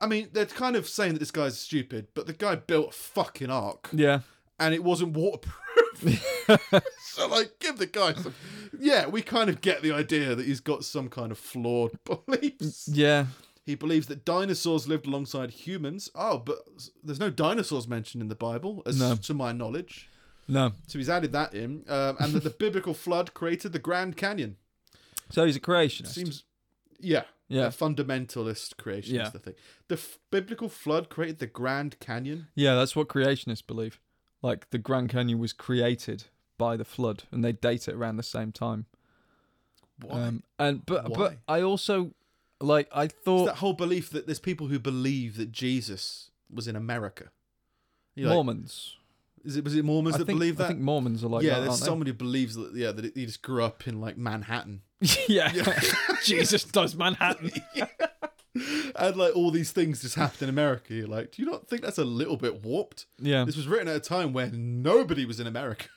S3: I mean, they're kind of saying that this guy's stupid, but the guy built a fucking ark
S1: yeah.
S3: and it wasn't waterproof. so, like, give the guy some. Yeah, we kind of get the idea that he's got some kind of flawed beliefs.
S1: Yeah.
S3: He believes that dinosaurs lived alongside humans. Oh, but there's no dinosaurs mentioned in the Bible, as
S1: No.
S3: to my knowledge.
S1: No.
S3: So he's added that in, um, and that the biblical flood created the Grand Canyon.
S1: So he's a creationist.
S3: Seems, yeah,
S1: Yeah.
S3: a fundamentalist creationist.
S1: Yeah.
S3: I think the f- biblical flood created the Grand Canyon.
S1: Yeah, that's what creationists believe. Like the Grand Canyon was created by the flood, and they date it around the same time. Um,
S3: Why?
S1: and but but
S3: Why?
S1: I also like I
S3: It's
S1: thought
S3: that whole belief that there's people who believe that Jesus was in America. You're like,
S1: Mormons.
S3: is it was it Mormons
S1: I
S3: that
S1: think,
S3: believe that?
S1: I think Mormons are like
S3: yeah,
S1: that,
S3: there's
S1: aren't they?
S3: someone who believes that. Yeah, that he just grew up in like Manhattan.
S1: yeah. Jesus does Manhattan.
S3: and like all these things just happened in America. You're like, do you not think that's a little bit warped?
S1: Yeah.
S3: This was written at a time when nobody was in America.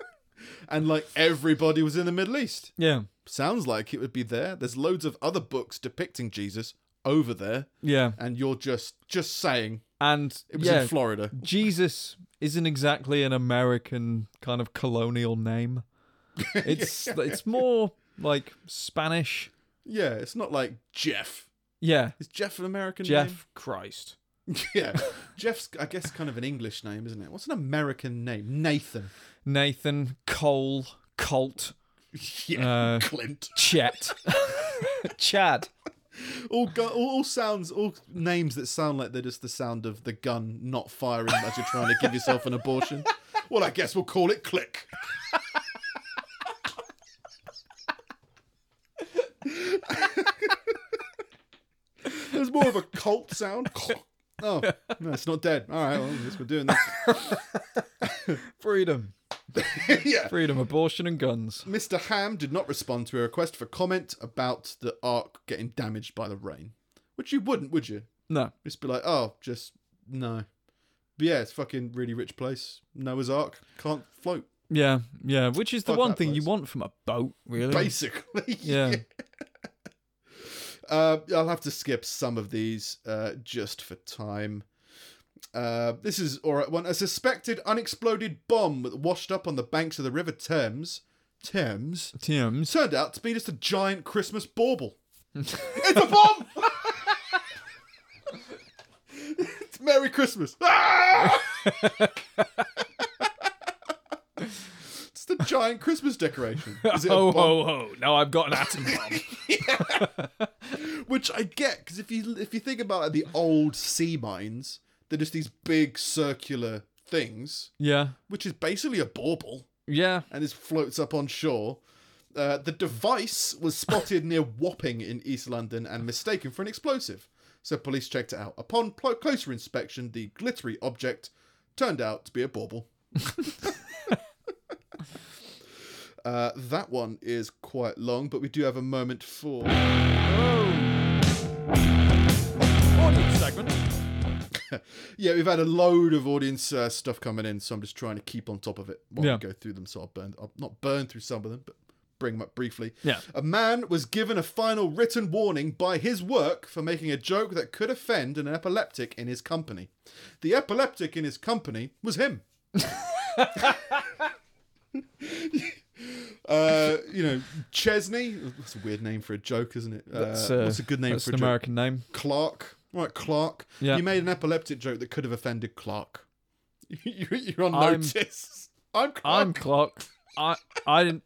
S3: and like everybody was in the Middle East.
S1: Yeah.
S3: Sounds like it would be there. There's loads of other books depicting Jesus over there.
S1: Yeah.
S3: And you're just just saying
S1: And
S3: it was
S1: yeah,
S3: in Florida.
S1: Jesus isn't exactly an American kind of colonial name. It's it's more like Spanish.
S3: Yeah, it's not like Jeff.
S1: Yeah.
S3: Is Jeff an American
S1: Jeff Christ.
S3: name? yeah. Jeff's I guess kind of an English name, isn't it? What's an American name? Nathan.
S1: Nathan Cole Colt
S3: Yeah.
S1: Uh,
S3: Clint.
S1: Chet. Chad.
S3: all, gu- all all sounds, all names that sound like they're just the sound of the gun not firing as you're trying to give yourself an abortion. Well, I guess we'll call it click. There's more of a cult sound. Oh, no, it's not dead. All right, well, I guess we're doing this.
S1: Freedom.
S3: yeah.
S1: Freedom, abortion, and guns.
S3: Mr. Ham did not respond to a request for comment about the ark getting damaged by the rain. Which you wouldn't, would you?
S1: No.
S3: Just be like, oh, just no. But yeah, it's fucking really rich place. Noah's Ark can't float.
S1: Yeah, yeah. Which is the
S3: Fuck
S1: one
S3: that
S1: thing you
S3: place.
S1: want from a boat, really.
S3: Basically,
S1: Yeah.
S3: Uh, I'll have to skip some of these uh, just for time. Uh, this is alright one. A suspected unexploded bomb that washed up on the banks of the River Thames. Thames
S1: Thames.
S3: turned out to be just a giant Christmas bauble. it's a bomb! it's Merry Christmas. Ah! it's the giant Christmas decoration. Is it a
S1: Oh,
S3: bomb?
S1: ho, ho. Now I've got an atom bomb.
S3: Which I get because if you if you think about like, the old sea mines, they're just these big circular things,
S1: yeah.
S3: which is basically a bauble,
S1: Yeah.
S3: and this floats up on shore. Uh, the device was spotted near Wapping in East London and mistaken for an explosive, so police checked it out. Upon pl- closer inspection, the glittery object turned out to be a bauble. uh, that one is quite long, but we do have a moment for.
S1: Audience segment.
S3: Yeah, we've had a load of audience uh, stuff coming in, so I'm just trying to keep on top of it while
S1: Yeah.
S3: we go through them. So I'll burn, I'll not burn through some of them, but bring them up briefly.
S1: Yeah.
S3: A man was given a final written warning by his work for making a joke that could offend an epileptic in his company. The epileptic in his company was him. uh, you know, Chesney. That's a weird name for a joke, isn't it?
S1: That's, uh,
S3: what's a good name
S1: That's
S3: for
S1: an
S3: a joke?
S1: American name.
S3: Clark. Right, Clark.
S1: Yeah.
S3: You made an epileptic joke that could have offended Clark. You- You're on
S1: I'm-
S3: notice. I'm, Clark.
S1: I'm Clark. I I didn't.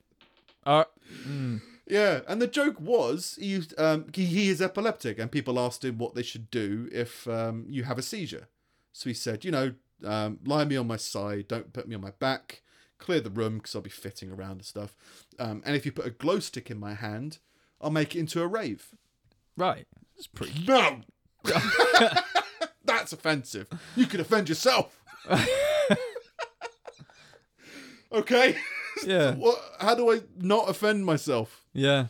S1: Uh,
S3: Yeah, and the joke was he used, um, he, he is epileptic, and people asked him what they should do if um, you have a seizure. So he said, you know, um, lie me on my side, don't put me on my back, clear the room because I'll be fitting around and stuff. Um, and if you put a glow stick in my hand, I'll make it into a rave.
S1: right. It's pretty.
S3: No. That's offensive. You can offend yourself. okay.
S1: Yeah.
S3: What how do I not offend myself?
S1: Yeah.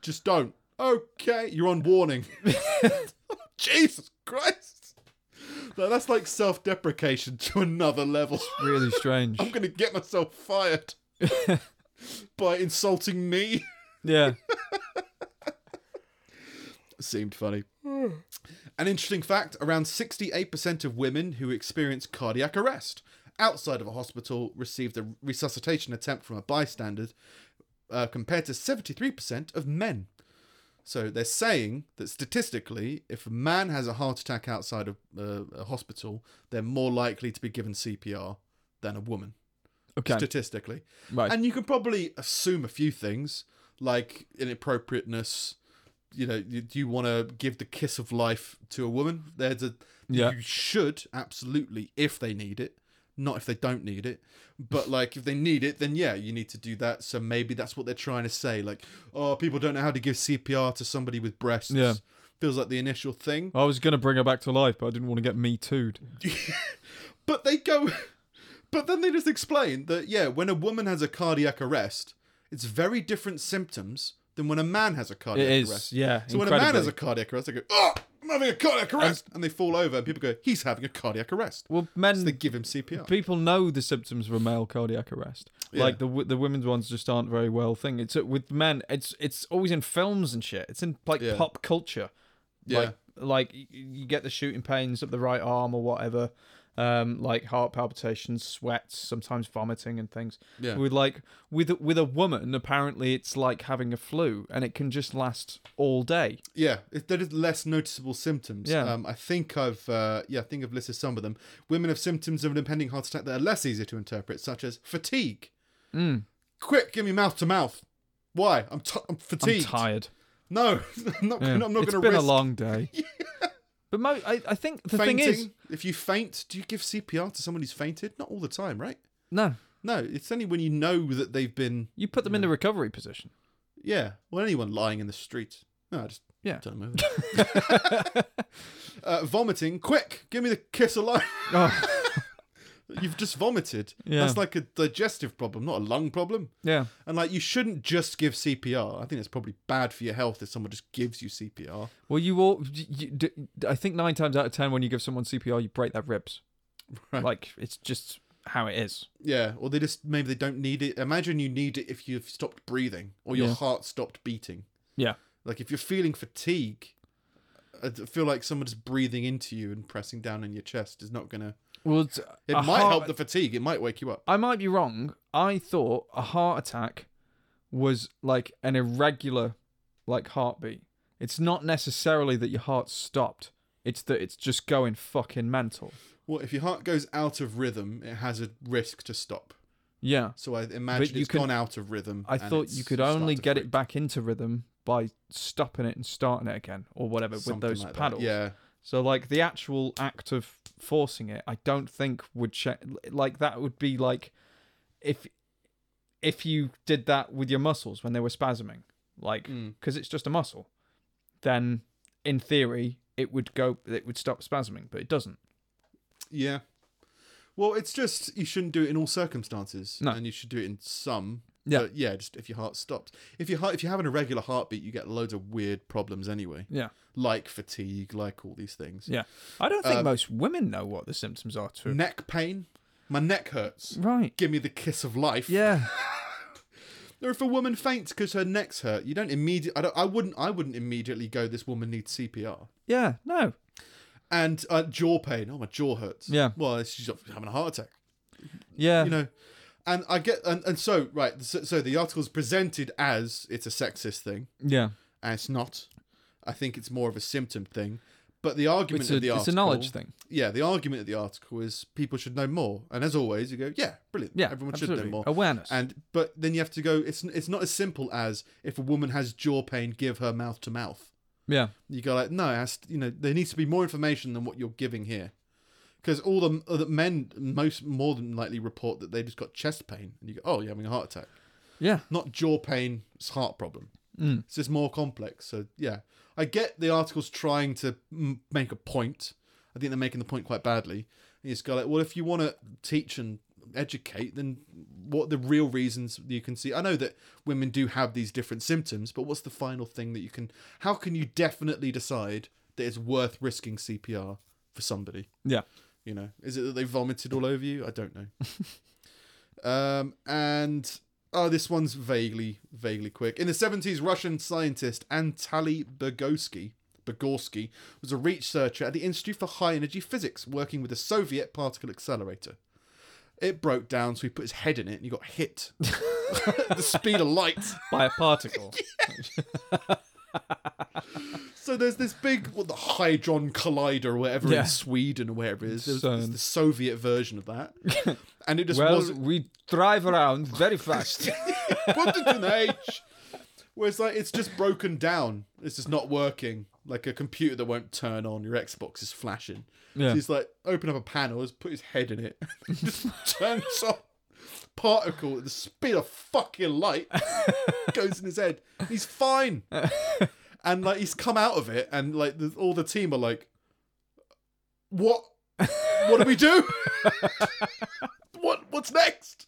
S3: Just don't. Okay, you're on warning. Jesus Christ. No, that's like self-deprecation to another level.
S1: Really strange.
S3: I'm going to get myself fired by insulting me.
S1: Yeah.
S3: seemed funny. An interesting fact around 68% of women who experience cardiac arrest outside of a hospital received a resuscitation attempt from a bystander, uh, compared to 73% of men. So they're saying that statistically, if a man has a heart attack outside of uh, a hospital, they're more likely to be given CPR than a woman,
S1: Okay.
S3: statistically.
S1: Right.
S3: And you can probably assume a few things like inappropriateness. You know, you- do you want to give the kiss of life to a woman? There's a
S1: Yeah.
S3: you should absolutely if they need it, not if they don't need it. But like if they need it, then yeah, you need to do that. So maybe that's what they're trying to say. Like, oh, people don't know how to give CPR to somebody with breasts.
S1: Yeah.
S3: Feels like the initial thing.
S1: I was gonna bring her back to life, but I didn't want to get me too'd.
S3: But they go, but then they just explain that yeah, when a woman has a cardiac arrest, it's very different symptoms than when a man has a cardiac
S1: It is.
S3: arrest.
S1: Yeah.
S3: So when a man has a cardiac arrest, they go, oh, I'm having a cardiac arrest, and they fall over, and people go, he's having a cardiac arrest.
S1: well, men
S3: So they give him CPR.
S1: people know the symptoms of a male cardiac arrest. Like the w- the women's ones just aren't very well thing. It's uh, with men. It's it's always in films and shit. It's in like
S3: Yeah.
S1: pop culture.
S3: Yeah.
S1: Like like y- you get the shooting pains up the right arm or whatever. Um, like heart palpitations, sweats, sometimes vomiting and things.
S3: Yeah.
S1: With like with with a woman, apparently it's like having a flu, and it can just last all day.
S3: Yeah, if there is less noticeable symptoms.
S1: Yeah.
S3: Um, I think I've uh, yeah, I think I've listed some of them. Women have symptoms of an impending heart attack that are less easy to interpret, such as fatigue. Quick, give me mouth to mouth. Why? I'm t- I'm
S1: Hmm. I'm
S3: fatigued.
S1: tired.
S3: No, I'm not.
S1: Yeah.
S3: I'm not going
S1: It's
S3: to
S1: been
S3: risk
S1: a long day. But mo- I, I think the
S3: fainting.
S1: thing is,
S3: if you faint, do you give CPR to someone who's fainted? Not all the time, right?
S1: no,
S3: No, it's only when you know that they've been.
S1: you put them in the recovery position.
S3: Yeah, well, anyone lying in the street. No, I just
S1: Yeah.
S3: turn them over. uh, vomiting, quick! Give me the kiss alive.
S1: Oh,
S3: You've just vomited.
S1: Yeah.
S3: That's like a digestive problem, not a lung problem.
S1: yeah.
S3: And like, you shouldn't just give CPR. I think it's probably bad for your health if someone just gives you CPR.
S1: Well, you all. You, d I I think nine times out of ten, when you give someone CPR, you break their ribs.
S3: Right.
S1: Like it's just how it is.
S3: Yeah, or they just maybe they don't need it. Imagine you need it if you've stopped breathing or your
S1: Yeah.
S3: heart stopped beating.
S1: Yeah.
S3: Like if you're feeling fatigue, I d- feel like someone's breathing into you and pressing down in your chest is not gonna.
S1: Well, it's,
S3: It
S1: a
S3: might
S1: heart-
S3: help the fatigue. It might wake you up.
S1: I might be wrong. I thought a heart attack was like an irregular, like heartbeat. It's not necessarily that your heart stopped. It's that it's just going fucking mental.
S3: Well, if your heart goes out of rhythm, it has a risk to stop.
S1: Yeah.
S3: So I imagine
S1: you
S3: it's
S1: can-
S3: gone out of rhythm.
S1: I
S3: and
S1: thought
S3: it's
S1: you could
S3: start
S1: only
S3: to
S1: get
S3: freak.
S1: it back into rhythm by stopping it and starting it again or whatever
S3: Something
S1: with those
S3: like that.
S1: paddles.
S3: Yeah,
S1: So like the actual act of forcing it, I don't think would check like that would be like if if you did that with your muscles when they were spasming, like
S3: Hmm.
S1: because it's just a muscle, then in theory it would go it would stop spasming, but it doesn't.
S3: yeah. Well, it's just you shouldn't do it in all circumstances,
S1: No.
S3: and you should do it in some.
S1: Yeah.
S3: But yeah, just if your heart stops. If your heart, if you have an irregular heartbeat, you get loads of weird problems anyway,
S1: Yeah,
S3: like fatigue, like all these things.
S1: yeah. I don't
S3: Um,
S1: think most women know what the symptoms are too.
S3: Neck pain. My neck hurts.
S1: right.
S3: Give me the kiss of life.
S1: Yeah.
S3: Or if a woman faints because her neck's hurt, you don't immediately. I don't. I wouldn't. I wouldn't immediately go. This woman needs CPR.
S1: Yeah. No.
S3: And uh, jaw pain. Oh, my jaw hurts.
S1: Yeah.
S3: Well, she's having a heart attack.
S1: Yeah.
S3: you know and i get and, and so right so, so the article's presented as it's a sexist thing
S1: yeah.
S3: and it's not i think it's more of a symptom thing but the argument
S1: It's a,
S3: of the
S1: it's
S3: article
S1: a knowledge thing.
S3: yeah the argument of the article is people should know more and as always you go yeah brilliant
S1: Yeah.
S3: everyone
S1: absolutely.
S3: should know more
S1: Awareness.
S3: and but then you have to go it's it's not as simple as if a woman has jaw pain give her mouth to mouth
S1: yeah.
S3: you go like no it has to- you know there needs to be more information than what you're giving here because all the uh, the men most more than likely report that they just got chest pain and you go oh you're having a heart attack
S1: Yeah.
S3: not jaw pain it's heart problem it's just more complex so yeah i get the article's trying to m- make a point i think they're making the point quite badly and you just go like well if you want to teach and educate then what are the real reasons you can see i know that women do have these different symptoms but what's the final thing that you can how can you definitely decide that it's worth risking cpr for somebody
S1: Yeah.
S3: you know, is it that they vomited all over you? I don't know. um, and oh, this one's vaguely, vaguely quick. In the seventies, Russian scientist Anatoly Bogorsky, Bogorsky was a researcher at the Institute for High Energy Physics, working with a Soviet particle accelerator. It broke down, so he put his head in it, and he got hit at the speed of light.
S1: By a particle.
S3: So there's this big, what the Hydron Collider or whatever
S1: Yeah.
S3: in Sweden or wherever it is. There's,
S1: CERN.
S3: there's the Soviet version of that, and it just
S1: Well,
S3: wasn't.
S1: we drive around very fast.
S3: put it in H. Where it's like it's just broken down. It's just not working. Like a computer that won't turn on. Your Xbox is flashing.
S1: Yeah.
S3: So he's like, open up a panel. Just put his head in it. just turns on. Particle at the speed of fucking light goes in his head. He's fine. and like he's come out of it, and like the, all the team are like, what? What do we do? what? What's next?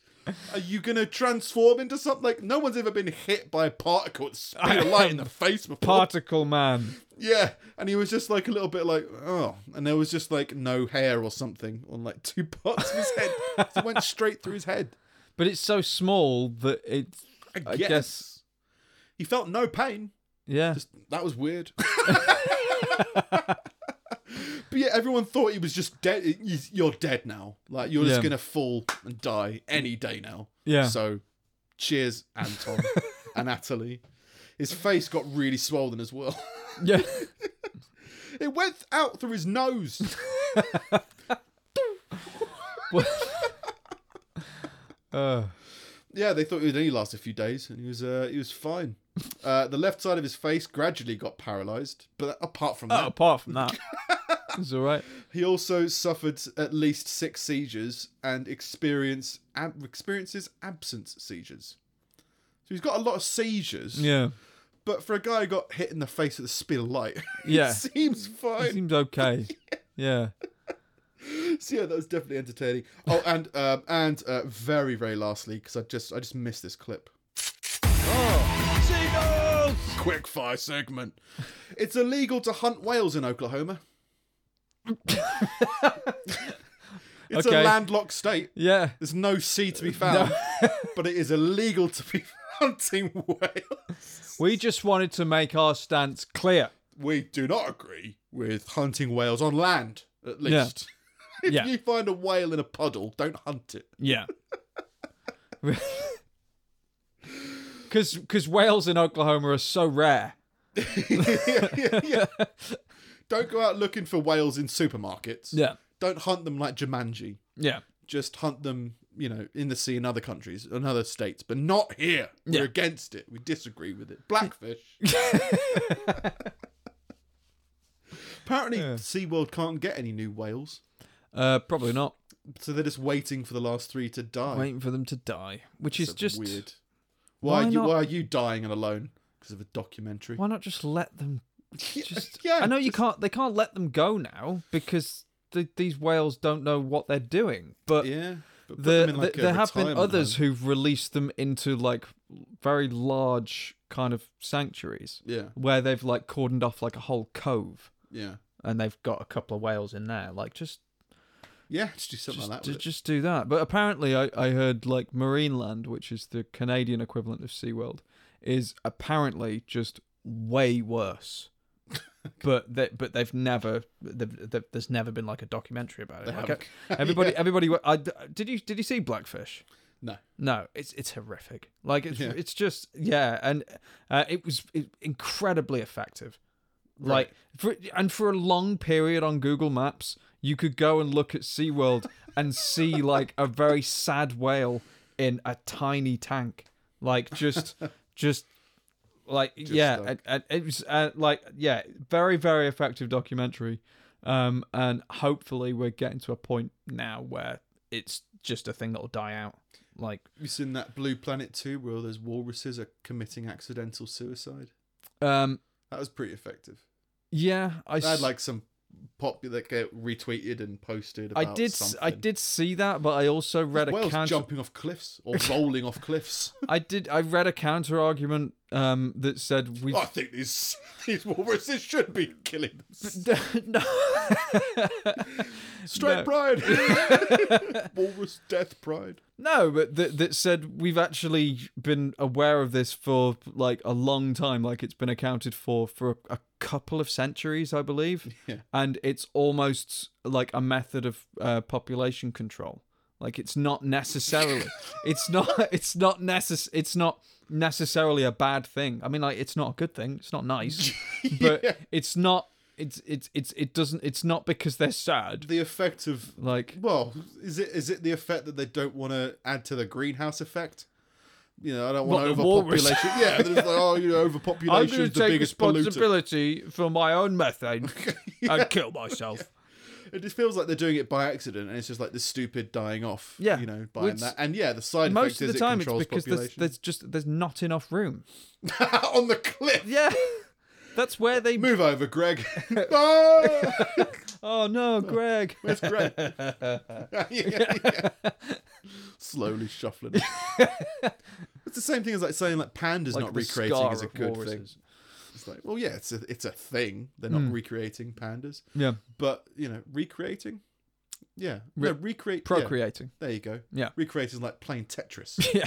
S3: Are you gonna transform into something? Like no one's ever been hit by a particle at the speed of light in the face before.
S1: particle man.
S3: yeah, and he was just like a little bit like oh, and there was just like no hair or something on like two parts of his head. So it went straight through his head.
S1: But it's so small that it's.
S3: I guess.
S1: I guess.
S3: he felt no pain.
S1: Yeah.
S3: Just that was weird. but yeah, everyone thought he was just dead. You- You're dead now. Like you're just
S1: Yeah.
S3: gonna fall and die any day now.
S1: Yeah.
S3: So, cheers, Anton and Natalie. His face got really swollen as well.
S1: yeah.
S3: It went out through his nose.
S1: uh,
S3: Yeah, they thought he would only last a few days, and he was uh, he was fine. Uh, the left side of his face gradually got paralysed, but apart
S1: Oh,
S3: from that,
S1: apart from that, it's all right.
S3: he also suffered at least six seizures and experience ab- experiences absence seizures. So he's got a lot of seizures,
S1: Yeah,
S3: but for a guy who got hit in the face at the speed of light, it
S1: Yeah.
S3: seems
S1: it
S3: fine.
S1: seems okay. Yeah,
S3: So yeah, that was definitely entertaining. Oh, and um, and uh, very very lastly, because I just I just missed this clip.
S1: Oh, seagulls.
S3: Quick fire segment. It's illegal to hunt whales in Oklahoma. it's
S1: Okay.
S3: a landlocked state.
S1: Yeah,
S3: There's no sea to be found, but it is illegal to be hunting whales.
S1: we just wanted to make our stance clear.
S3: We do not agree with hunting whales on land, at
S1: Yeah.
S3: least. if
S1: Yeah.
S3: you find a whale in a puddle, don't hunt it.
S1: Yeah. Because because whales in Oklahoma are so rare.
S3: Yeah, yeah, yeah. Don't go out looking for whales in supermarkets. Don't hunt them like Jumanji.
S1: Yeah.
S3: Just hunt them, you know, in the sea in other countries, in other states, but not here. We're
S1: Yeah.
S3: against it. We disagree with it. Blackfish. Apparently, SeaWorld can't get any new whales,
S1: Uh, probably not.
S3: so they're just waiting for the last three to die.
S1: Waiting for them to die, which is
S3: That's
S1: just
S3: weird. Why,
S1: Why
S3: are you,
S1: not-
S3: why are you dying and alone? Because of a documentary.
S1: Why not just let them? Just
S3: yeah,
S1: I know you can't. They can't let them go now because th these whales don't know what they're doing. But
S3: Yeah. But put
S1: the,
S3: them in, like,
S1: the-
S3: a
S1: there have been
S3: retirement
S1: others
S3: home.
S1: who've released them into like very large kind of sanctuaries
S3: Yeah,
S1: where they've like cordoned off like a whole cove
S3: yeah.
S1: and they've got a couple of whales in there. Like just
S3: Yeah, just do something
S1: just,
S3: like that.
S1: ju-
S3: with it.
S1: just do that. But apparently, I, I heard like Marineland, which is the Canadian equivalent of SeaWorld, is apparently just way worse. but they, but they've never they've, they've, there's never been like a documentary about it. Like,
S3: haven't.
S1: e- everybody everybody wa- I, d- did you did you see Blackfish?
S3: No.
S1: No, it's it's horrific. Like it's
S3: Yeah.
S1: it's just yeah, and uh, it was it, incredibly effective. Like for, and for a long period on Google Maps, you could go and look at SeaWorld and see like a very sad whale in a tiny tank. Like just just like yeah,
S3: like-
S1: and- and it was uh, like yeah, very very effective documentary. Um and hopefully we're getting to a point now where it's just a thing that'll die out. Like
S3: You seen that Blue Planet 2 where those walruses are committing accidental suicide?
S1: um
S3: That was pretty effective.
S1: Yeah, I
S3: I had
S1: s-
S3: like some popular that get retweeted and posted
S1: I
S3: about
S1: did s- I
S3: something.
S1: did see that, but I also read a
S3: Whales
S1: counter.
S3: jumping off cliffs or rolling off cliffs.
S1: I did I read a counter argument um that said we
S3: I think these these walruses should be killing them.
S1: no.
S3: Straight
S1: No.
S3: pride. Walrus death pride.
S1: no, but that that said we've actually been aware of this for like a long time. Like it's been accounted for for a, a couple of centuries, I believe,
S3: Yeah.
S1: and it's almost like a method of uh, population control. Like it's not necessarily, it's not, it's not necess, it's not necessarily a bad thing. I mean, like it's not a good thing. It's not nice, but it's not. It's it's it's it doesn't. It's not because they're sad.
S3: The effect of
S1: Like
S3: well, is it is it the effect that they don't want to add to the greenhouse effect? You know, I don't want
S1: What, the walrus?
S3: overpopulation. Yeah, there's like, oh, you know,
S1: I'm
S3: overpopulation
S1: going to
S3: is the
S1: take
S3: biggest polluter.
S1: responsibility for my own methane and kill myself.
S3: It just feels like they're doing it by accident, and it's just like the stupid dying off.
S1: Yeah.
S3: you know, buying
S1: Which-
S3: that, and yeah, the side
S1: Most
S3: effect
S1: of the
S3: is
S1: time,
S3: it
S1: it's
S3: controls
S1: because there's,
S3: population
S1: there's just there's not enough room.
S3: on the cliff.
S1: Yeah, that's where they.
S3: Move over, Greg. oh,
S1: Oh no, Greg.
S3: it's Greg. Yeah, yeah. Slowly shuffling. it's the same thing as like saying like pandas
S1: Like
S3: not
S1: the
S3: recreating
S1: scar
S3: is a
S1: of
S3: good thing.
S1: walruses.
S3: It's like, well, yeah, it's a it's a thing. They're
S1: Hmm.
S3: not recreating pandas,
S1: Yeah,
S3: but you know, recreating. Yeah, no, recreate. yeah.
S1: procreating.
S3: There you go.
S1: Yeah.
S3: Recreate is like playing Tetris.
S1: Yeah.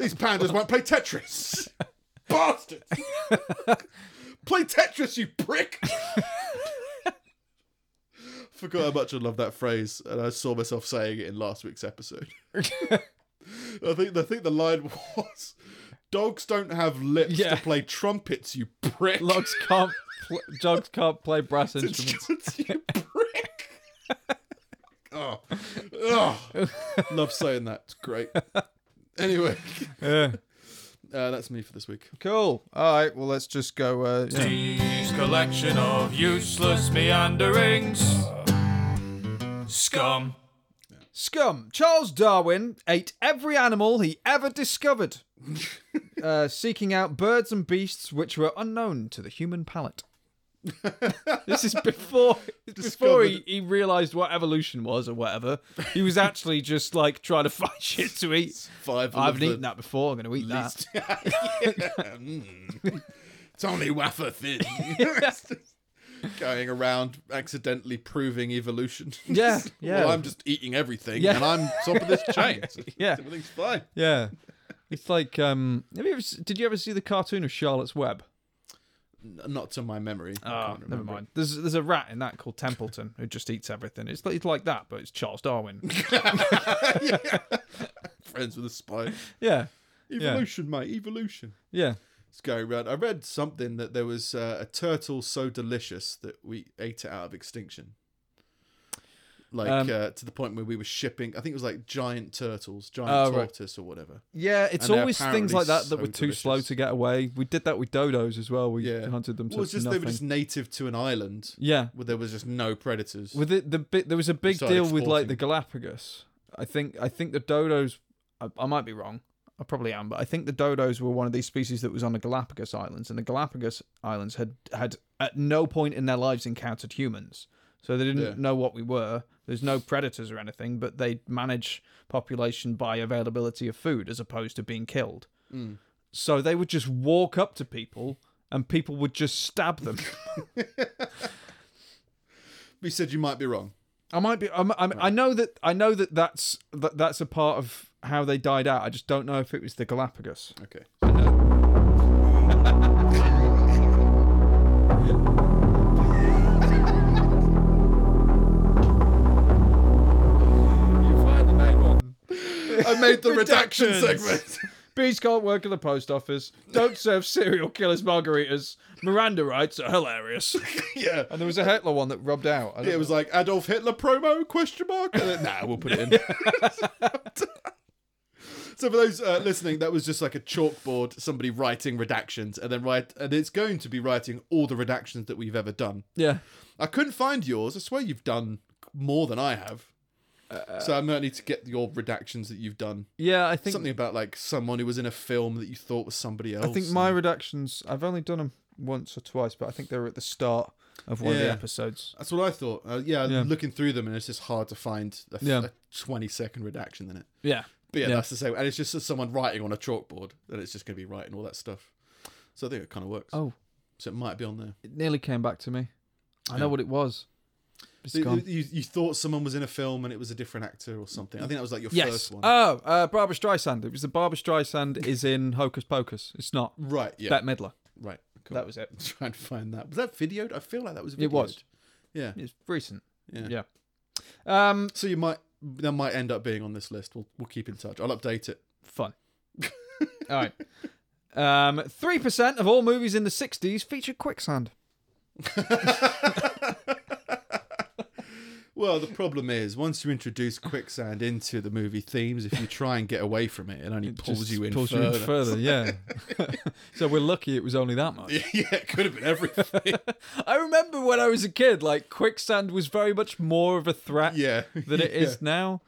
S3: These pandas won't play Tetris. Bastards. play Tetris, you prick. Forgot how much I love that phrase, and I saw myself saying it in last week's episode. I think I think the line was, "Dogs don't have lips
S1: Yeah.
S3: to play trumpets, you prick."
S1: Logs can't. Pl- dogs can't play brass instruments.
S3: Instruments, you prick. oh. oh, love saying that. It's great. Anyway,
S1: Yeah.
S3: uh, that's me for this week.
S1: Cool. All right. Well, let's just go. Uh, yeah.
S2: Steve's collection of useless meanderings. Scum.
S1: Scum. Charles Darwin ate every animal he ever discovered, uh, seeking out birds and beasts which were unknown to the human palate. this is before before he,
S3: Discovered.
S1: he realized what evolution was or whatever. He was actually just like trying to find shit to eat.
S3: Five.
S1: I haven't
S3: of the
S1: eaten that before. I'm going to eat that.
S3: least- Yeah, mm. It's only wafer thin. Going around accidentally proving evolution.
S1: Yeah, yeah.
S3: Well, I'm just eating everything,
S1: Yeah.
S3: and I'm top of this chain. so
S1: Yeah.
S3: everything's fine.
S1: Yeah, it's like um. Have you ever, s- did you ever see the cartoon of Charlotte's Web?
S3: N- Not to my memory. I
S1: Ah,
S3: can't
S1: never
S3: remember.
S1: mind. There's there's a rat in that called Templeton who just eats everything. It's like, it's like that, but it's Charles Darwin.
S3: Friends with a spy.
S1: yeah,
S3: Evolution, mate. Evolution.
S1: yeah.
S3: Let's go around. I read something that there was uh, a turtle so delicious that we ate it out of extinction. Like
S1: Um,
S3: uh, to the point where we were shipping. I think it was like giant turtles, giant
S1: Oh, right.
S3: tortoise, or whatever.
S1: Yeah, it's
S3: And they're
S1: always things
S3: apparently
S1: like that that
S3: so
S1: were too slow
S3: delicious.
S1: to get away. We did that with dodos as well. We
S3: Yeah.
S1: hunted them to
S3: Well, it's just
S1: nothing.
S3: they were just native to an island
S1: Yeah,
S3: where there was just no predators.
S1: with it, the bit there was a big
S3: started
S1: deal with like the Galapagos. I think I think the dodos. I, I might be wrong. I probably am, but I think the dodos were one of these species that was on the Galapagos Islands, and the Galapagos Islands had had at no point in their lives encountered humans, so they didn't
S3: Yeah.
S1: know what we were. There's no predators or anything, but they manage population by availability of food as opposed to being killed.
S3: Hmm.
S1: So they would just walk up to people, and people would just stab them.
S3: you said you might be wrong.
S1: I might be. I'm, I'm, I know that. I know that that's that, that's a part of how they died out. I just don't know if it was the Galapagos.
S3: Okay. I made the redaction segment.
S1: Bees can't work at the post office. Don't serve serial killers margaritas. Miranda rights are hilarious.
S3: yeah.
S1: And there was a Hitler one that rubbed out. I don't
S3: It was like Adolf Hitler promo question mark. And then, nah, we'll put it in. so for those uh, listening, that was just like a chalkboard, somebody writing redactions, and then write, and it's going to be writing all the redactions that we've ever done.
S1: know. yeah.
S3: I couldn't find yours. I swear you've done more than I have. so I might need to get your redactions that you've done.
S1: Yeah, I think
S3: Something about like someone who was in a film that you thought was somebody else.
S1: I think my redactions. I've only done them once or twice, but I think they were at the start of one of the
S3: Yeah.
S1: episodes.
S3: That's what I thought. Uh, yeah,
S1: Yeah.
S3: looking through them, and it's just hard to find a,
S1: Yeah.
S3: a 20 second redaction in it.
S1: Yeah.
S3: But yeah,
S1: Yeah.
S3: that's the same. And it's just someone writing on a chalkboard, and it's just going to be writing all that stuff. So I think it kind of works.
S1: Oh,
S3: So it might be on there.
S1: it nearly came back to me. I
S3: Yeah.
S1: know what it was. It's
S3: You,
S1: gone.
S3: you, you thought someone was in a film and it was a different actor or something. I think that was like your
S1: Yes.
S3: first one.
S1: Oh, uh, Barbara Streisand. It was the Barbara Streisand is in Hocus Pocus. It's not
S3: right, yeah.
S1: Bette Midler.
S3: right. Cool.
S1: That was it.
S3: trying to find that. Was that videoed? I feel like that was videoed.
S1: It was.
S3: Yeah.
S1: It's recent.
S3: Yeah.
S1: Yeah. Um,
S3: So you might that might end up being on this list. We'll we'll keep in touch. I'll update it.
S1: fun. all right. Um, three percent of all movies in the '60s featured quicksand.
S3: Well, the problem is once you introduce quicksand into the movie themes, if you try and get away from it, it only pulls
S1: Just
S3: you in
S1: pulls
S3: further.
S1: you in further. Yeah. so we're lucky it was only that much.
S3: yeah, it could have been everything.
S1: I remember when I was a kid, like quicksand was very much more of a threat
S3: yeah,
S1: than it is now.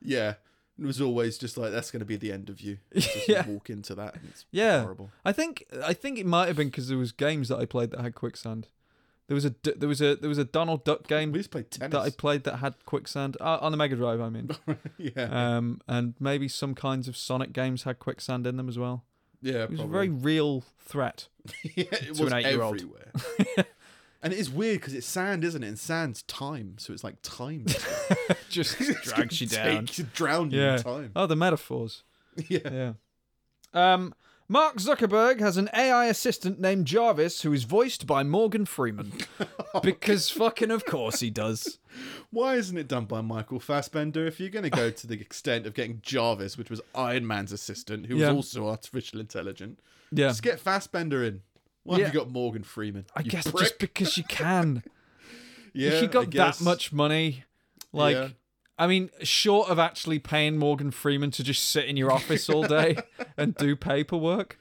S3: Yeah. It was always just like that's going to be the end of you. Just
S1: Yeah.
S3: walk into that. And it's
S1: Yeah,
S3: horrible.
S1: I think I think it might have been because there was games that I played that had quicksand. There was a d- there was a there was a Donald Duck game
S3: We just played
S1: that I
S3: tennis.
S1: played that had quicksand uh, on the Mega Drive. I mean,
S3: yeah,
S1: um, and maybe some kinds of Sonic games had quicksand in them as well.
S3: yeah.
S1: It was a very
S3: probably.
S1: real threat.
S3: yeah, it
S1: to
S3: was
S1: an eight-year-old.
S3: everywhere. and it is weird because it's sand, isn't it? And sand's time, so it's like time
S1: Just
S3: It's gonna take- to drown you
S1: Yeah.
S3: in time.
S1: Oh, the metaphors.
S3: Yeah.
S1: Yeah. Um, Mark Zuckerberg has an AI assistant named Jarvis who is voiced by Morgan Freeman. because fucking of course he does.
S3: Why isn't it done by Michael Fassbender? If you're going to go to the extent of getting Jarvis, which was Iron Man's assistant, who
S1: Yeah.
S3: was also artificial intelligent,
S1: Yeah.
S3: just get Fassbender in. Why have
S1: Yeah.
S3: you got Morgan Freeman?
S1: I
S3: you
S1: guess
S3: prick?
S1: just because you can.
S3: yeah,
S1: if you
S3: I
S1: got that
S3: guess.
S1: much money, like
S3: Yeah.
S1: I mean, short of actually paying Morgan Freeman to just sit in your office all day and do paperwork,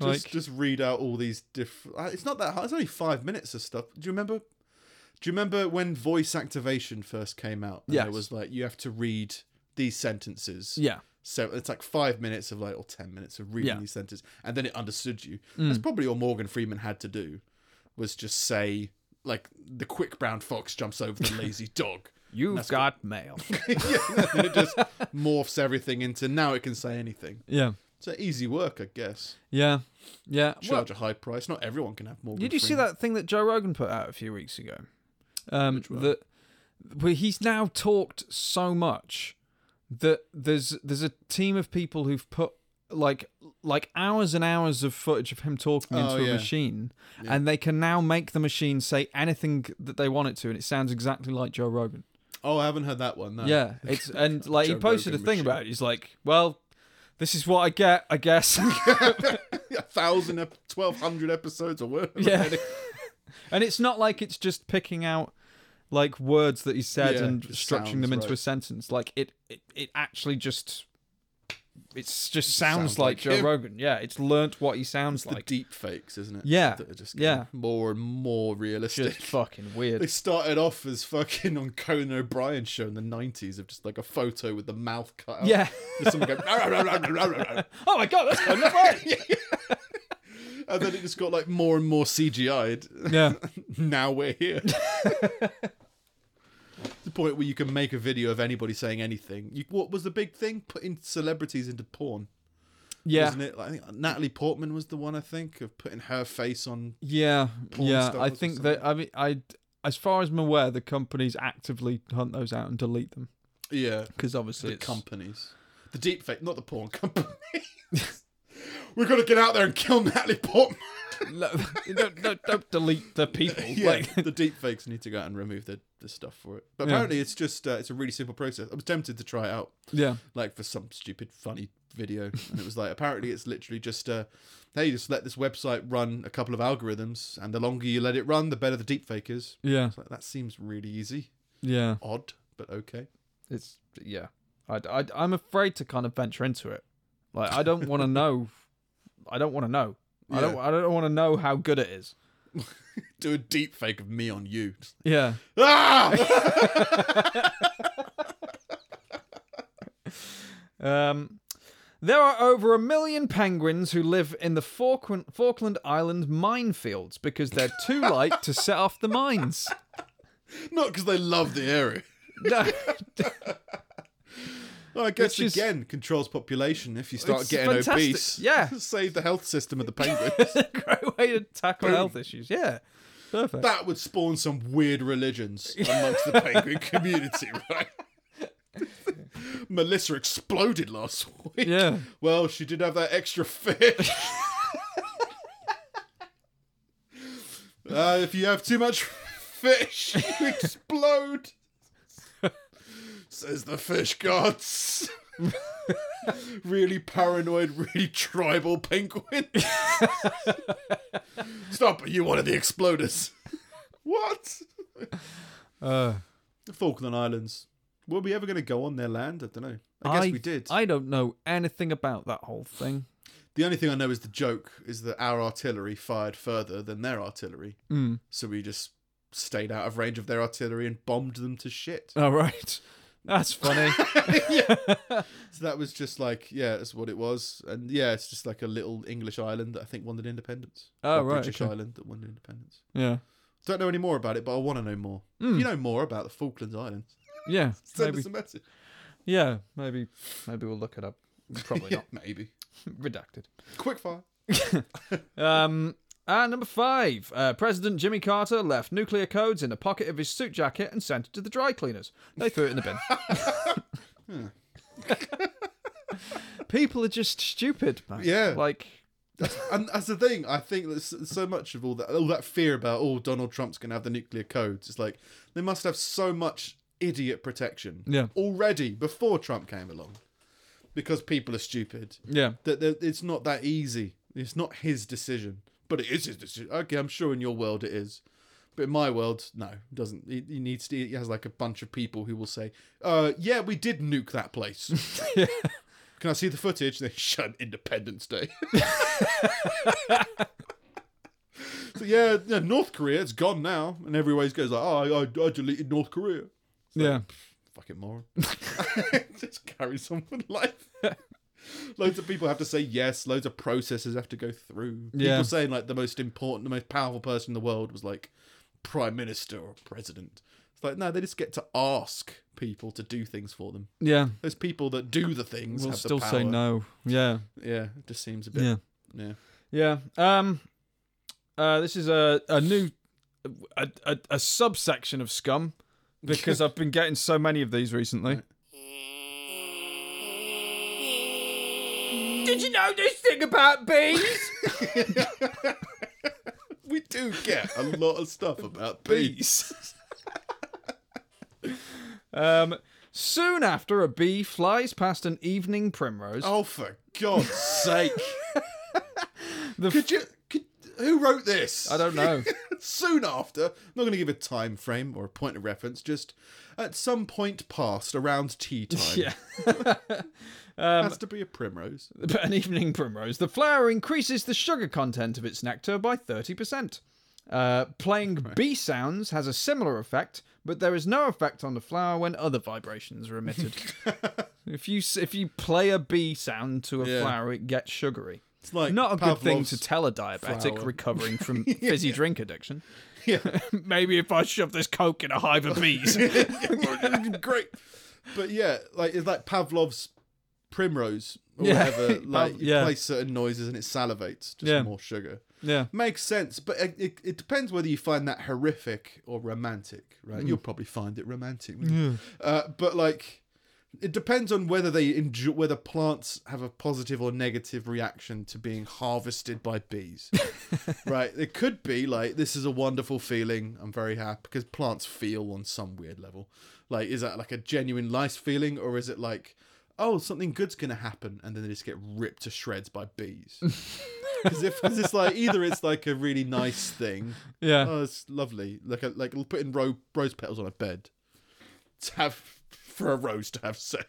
S1: like
S3: just just read out all these different. It's not that hard. It's only five minutes of stuff. Do you remember? Do you remember when voice activation first came out? And
S1: Yes.
S3: it was like you have to read these sentences.
S1: yeah,
S3: So it's like five minutes of like or ten minutes of reading
S1: Yeah. Hmm.
S3: these sentences, and then it understood you. That's probably all Morgan Freeman had to do, was just say like the quick brown fox jumps over the lazy dog.
S1: you've got mail.
S3: yeah, and then it just morphs everything into now it can say anything.
S1: yeah,
S3: So easy work, I guess.
S1: yeah, yeah. Well,
S3: Charge a high price. Not everyone can have Morgan.
S1: did you see
S3: Freeman.
S1: that thing that Joe Rogan put out a few weeks ago? Um, that where he's now talked so much that there's there's a team of people who've put like like hours and hours of footage of him talking
S3: Oh,
S1: into a
S3: yeah.
S1: machine and they can now make the machine say anything that they want it to and it sounds exactly like Joe Rogan.
S3: Oh, I haven't heard that one. No.
S1: Yeah, it's and like he
S3: Joe
S1: posted
S3: Rogan
S1: a thing
S3: machine.
S1: about it. He's like, "Well, this is what I get, I guess."
S3: a thousand, ep- twelve hundred episodes or whatever.
S1: Yeah. and it's not like it's just picking out like words that he said
S3: Yeah,
S1: and
S3: just
S1: structuring them
S3: sounds,
S1: into a
S3: right.
S1: sentence. Like it, it, it actually just it's just sounds,
S3: Sounds
S1: like,
S3: like
S1: Joe
S3: him.
S1: Rogan. Yeah, it's learnt what he sounds
S3: The
S1: like.
S3: deep fakes, isn't it?
S1: Yeah,
S3: That are just
S1: yeah.
S3: getting more and more realistic.
S1: Just fucking
S3: They
S1: weird.
S3: started off as fucking on Conan O'Brien's show in the nineties of just like a photo with the mouth cut out.
S1: Yeah.
S3: Just someone going, "Rah, rah, rah, rah, rah, rah."
S1: Oh my god, that's kind of right.
S3: and then it just got like more and more CGI'd.
S1: yeah,
S3: now we're here. the point where you can make a video of anybody saying anything. You, what was the big thing? Putting celebrities into porn,
S1: yeah,
S3: wasn't it? Like, I think Natalie Portman was the one I think of putting her face on.
S1: yeah,
S3: Porn
S1: yeah.
S3: stars
S1: I
S3: or
S1: think that I mean I. As far as I'm aware, the companies actively hunt those out and delete them
S3: Yeah,
S1: because obviously
S3: the
S1: it's
S3: companies, the deep fake, not the porn companies. We're gonna get out there and kill Natalie Portman.
S1: no, don't, don't, don't delete the people.
S3: yeah,
S1: like,
S3: the deep fakes need to go out and remove the, the stuff for it. But apparently, it's just uh, it's a really simple process. I was tempted to try it out.
S1: yeah,
S3: like for some stupid funny video and it was like apparently it's literally just uh hey just let this website run a couple of algorithms and the longer you let it run the better the deepfake is
S1: yeah,
S3: It's like that seems really easy
S1: yeah.
S3: odd but okay
S1: it's yeah I, I i'm afraid to kind of venture into it like i don't want to know i don't want to know i don't
S3: Yeah.
S1: i don't want to know how good it is
S3: do a deepfake of me on you
S1: yeah
S3: ah!
S1: um there are over a million penguins who live in the Falkland, Falkland Island minefields because they're too light to set off the mines.
S3: not because they love the area
S1: No,
S3: well, i guess
S1: Which is-
S3: again controls population if you start
S1: It's
S3: getting
S1: fantastic,
S3: obese
S1: yeah.
S3: save the health system of the penguins
S1: great way to tackle health issues. Yeah, perfect.
S3: that would spawn some weird religions amongst the penguin community, right? Melissa exploded last week.
S1: Yeah.
S3: Well, she did have that extra fish. uh, if you have too much fish, you explode. Says the fish gods. really paranoid, really tribal penguin. Stop, are you one of the exploders? what?
S1: Uh,
S3: The Falkland Islands. Were we ever going to go on their land? I don't know. I guess we did.
S1: I don't know anything about that whole thing.
S3: The only thing I know is the joke is that our artillery fired further than their artillery.
S1: Hmm.
S3: So we just stayed out of range of their artillery and bombed them to shit.
S1: All right, that's funny.
S3: So that was just like, yeah, that's what it was. And yeah, it's just like a little English island that I think wanted independence.
S1: Oh,
S3: Or
S1: right,
S3: British
S1: okay.
S3: island that wanted independence.
S1: yeah.
S3: Don't know any more about it, but I want to know more. If you know more about the Falkland Islands,
S1: Yeah,
S3: send
S1: Hmm. maybe.
S3: us a message.
S1: Yeah, maybe. Maybe we'll look it up. Probably
S3: Yeah, maybe.
S1: not. Redacted.
S3: Quick fire.
S1: Um, and number five, uh, President Jimmy Carter left nuclear codes in the pocket of his suit jacket and sent it to the dry cleaners. They threw it in the bin.
S3: Hmm.
S1: People are just stupid, man.
S3: Yeah.
S1: Like,
S3: and that's the thing. I think that s- so much of all that, all that fear about oh Donald Trump's going to have the nuclear codes. It's like they must have so much idiot protection
S1: Yeah.
S3: already before Trump came along, because people are stupid.
S1: yeah,
S3: That that- it's not that easy. It's not his decision, but it is his decision. Okay, I'm sure in your world it is. But in my world, no, doesn't. He, he needs to. He has like a bunch of people who will say, "Uh, yeah, we did nuke that place.
S1: Yeah.
S3: Can I see the footage?" They shut Independence Day. so yeah, yeah, North Korea, it's gone now, and everyone goes like, "Oh, I, I deleted North Korea."
S1: yeah.
S3: Fucking moron. Just carry someone life. loads of people have to say yes. Loads of processes have to go through.
S1: Yeah.
S3: People saying like the most important, the most powerful person in the world was like prime minister or president. It's like no, they just get to ask people to do things for them.
S1: Yeah.
S3: Those people that do the things
S1: We'll
S3: have the
S1: still say
S3: power.
S1: no. Yeah.
S3: Yeah, it just seems a bit.
S1: Yeah.
S3: Yeah, yeah.
S1: Yeah. Um, uh, this is a, a new a, a, a subsection of scum because I've been getting so many of these recently. Did you know this thing about bees?
S3: We do get a lot of stuff about bees.
S1: um, soon after, a bee flies past an evening primrose.
S3: Oh, for God's sake!
S1: The
S3: could you? Could, who wrote this?
S1: I don't know.
S3: Soon after, I'm not going to give a time frame or a point of reference. Just at some point past around tea time.
S1: yeah. Um,
S3: has to be a primrose.
S1: an evening primrose, the flower increases the sugar content of its nectar by 30%. Uh, playing bee sounds has a similar effect, but there is no effect on the flower when other vibrations are emitted. if you s- if you play a bee sound to a
S3: Yeah.
S1: flower, it gets sugary.
S3: It's like
S1: Not a good thing
S3: Pavlov's-
S1: to tell a diabetic
S3: flower.
S1: recovering from fizzy drink addiction.
S3: Yeah.
S1: Maybe if I shove this coke in a hive of bees.
S3: Great. But yeah, like it's like Pavlov's primrose or
S1: Yeah.
S3: whatever. Like you
S1: yeah.
S3: play certain noises and it salivates, just
S1: Yeah.
S3: more sugar.
S1: yeah.
S3: Makes sense, but it, it, it depends whether you find that horrific or romantic, right? You'll probably find it romantic. wouldn't you? Uh, but like, it depends on whether they enjoy whether plants have a positive or negative reaction to being harvested by bees, right? It could be like this is a wonderful feeling. I'm very happy because plants feel on some weird level. Like, is that like a genuine nice feeling, or is it like? Oh, something good's gonna happen, and then they just get ripped to shreds by bees. Because if 'cause it's like either it's like a really nice thing,
S1: Yeah.
S3: oh, it's lovely, like a, like putting ro- rose petals on a bed to have for a rose to have sex,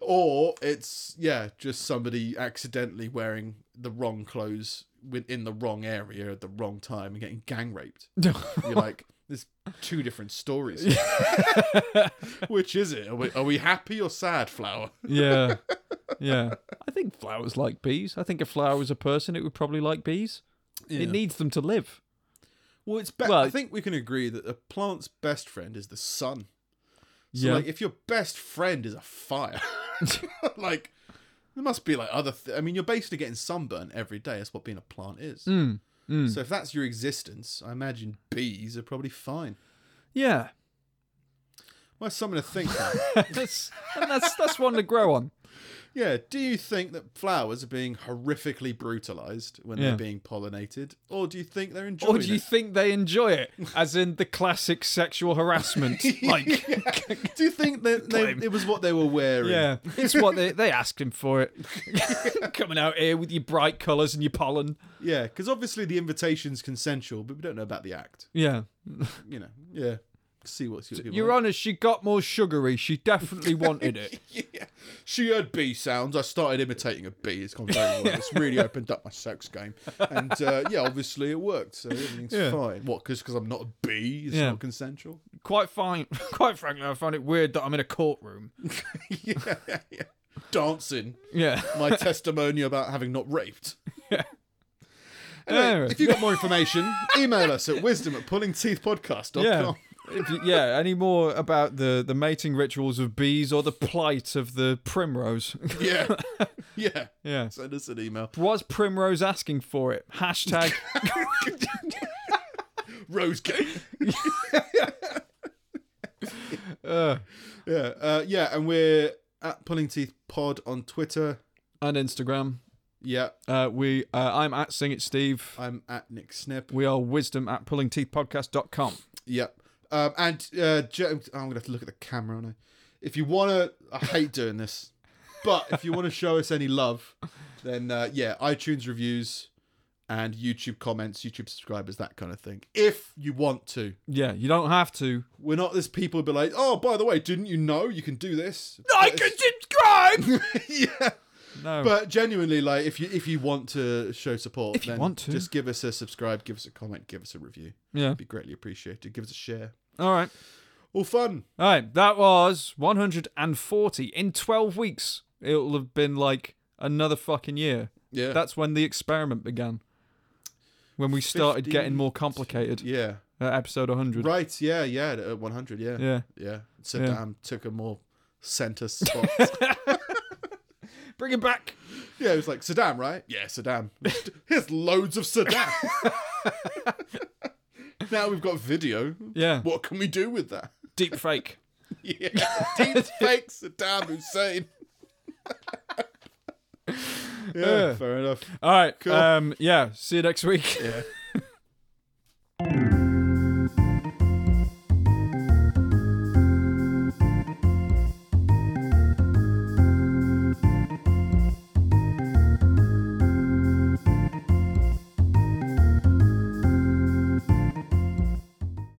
S3: or it's yeah, just somebody accidentally wearing the wrong clothes within the wrong area at the wrong time and getting gang raped. You're like, there's two different stories. here. Which is it? Are we, are we happy or sad, flower?
S1: yeah. Yeah. I think flowers like bees. I think if flower was a person, it would probably like bees.
S3: Yeah.
S1: It needs them to live.
S3: Well, it's better.
S1: Well-
S3: I think we can agree that a plant's best friend is the sun. So,
S1: Yeah.
S3: like, if your best friend is a fire, like, there must be like other. Th- I mean, you're basically getting sunburn every day. That's what being a plant is.
S1: Mm,
S3: So, if that's your existence, I imagine bees are probably fine.
S1: Yeah.
S3: Well, that's something to think about.
S1: That's and that's that's one to grow on.
S3: yeah. Do you think that flowers are being horrifically brutalized when
S1: Yeah.
S3: they're being pollinated, or do you think they're enjoying?
S1: Or do you
S3: it?
S1: think they enjoy it? As in the classic sexual harassment. Like
S3: do you think that they,
S1: Claim.
S3: it was what they were wearing?
S1: Yeah. It's what they they asked him for it. Coming out here with your bright colours and your pollen.
S3: Yeah, because obviously the invitation's consensual, but we don't know about the act.
S1: Yeah.
S3: You know, yeah. See what's see what people
S1: Your
S3: like.
S1: Honour, she got more sugary. She definitely wanted it.
S3: Yeah. She heard bee sounds. I started imitating a bee. It's gone very well. It's really opened up my sex game, and uh, yeah, obviously it worked. So everything's
S1: Yeah.
S3: fine. What? Because I'm not a bee. It's
S1: Yeah.
S3: not consensual.
S1: Quite fine quite frankly, I find it weird that I'm in a courtroom.
S3: yeah, yeah. Dancing.
S1: Yeah.
S3: My testimony about having not raped.
S1: Anyway.
S3: Anyway, if you got more information, email us at wisdom at pullingteethpodcast.com.
S1: Yeah. If you- yeah, any more about the, the mating rituals of bees or the plight of the primrose?
S3: Yeah. Yeah.
S1: Yeah.
S3: Send us an email.
S1: Was primrose asking for it? Hashtag.
S3: Rose cake.
S1: uh,
S3: yeah. Uh, yeah. And we're at Pulling Teeth Pod on Twitter.
S1: and Instagram.
S3: Yeah.
S1: Uh, we uh, I'm at Sing It Steve.
S3: I'm at Nick Snip.
S1: We are wisdom at pullingteethpodcast.com.
S3: Yep. Um, and uh, Je- I'm going to have to look at the camera, aren't I? If you want to, I hate doing this, but if you want to show us any love, then uh, yeah, iTunes reviews and YouTube comments, YouTube subscribers, that kind of thing. If you want to,
S1: Yeah, you don't have to.
S3: we're not this people who be like, oh, by the way, didn't you know you can do this?
S1: I can subscribe.
S3: yeah.
S1: No,
S3: But genuinely, like, if you if you want to show support,
S1: If you
S3: then
S1: want to.
S3: just give us a subscribe, give us a comment, give us a review.
S1: yeah.
S3: It'd be greatly appreciated. Give us a share.
S1: All right,
S3: All fun.
S1: all right. That was 140 in 12 weeks. It'll have been like another fucking year.
S3: Yeah.
S1: That's when the experiment began. When we started
S3: 15
S1: getting more complicated
S3: yeah.
S1: at episode 100.
S3: Right. Yeah. Yeah. At 100. Yeah.
S1: Yeah.
S3: Yeah. So
S1: Yeah.
S3: damn took a more centre spot.
S1: Bring it back.
S3: yeah, it was like Saddam, right? Yeah, Saddam. Here's loads of Saddam. now we've got video.
S1: Yeah.
S3: What can we do with that?
S1: Deep fake.
S3: Yeah, deep fake Saddam Hussein. yeah,
S1: Yeah.
S3: fair enough.
S1: All right.
S3: Cool.
S1: Um, yeah. See you next week.
S3: Yeah.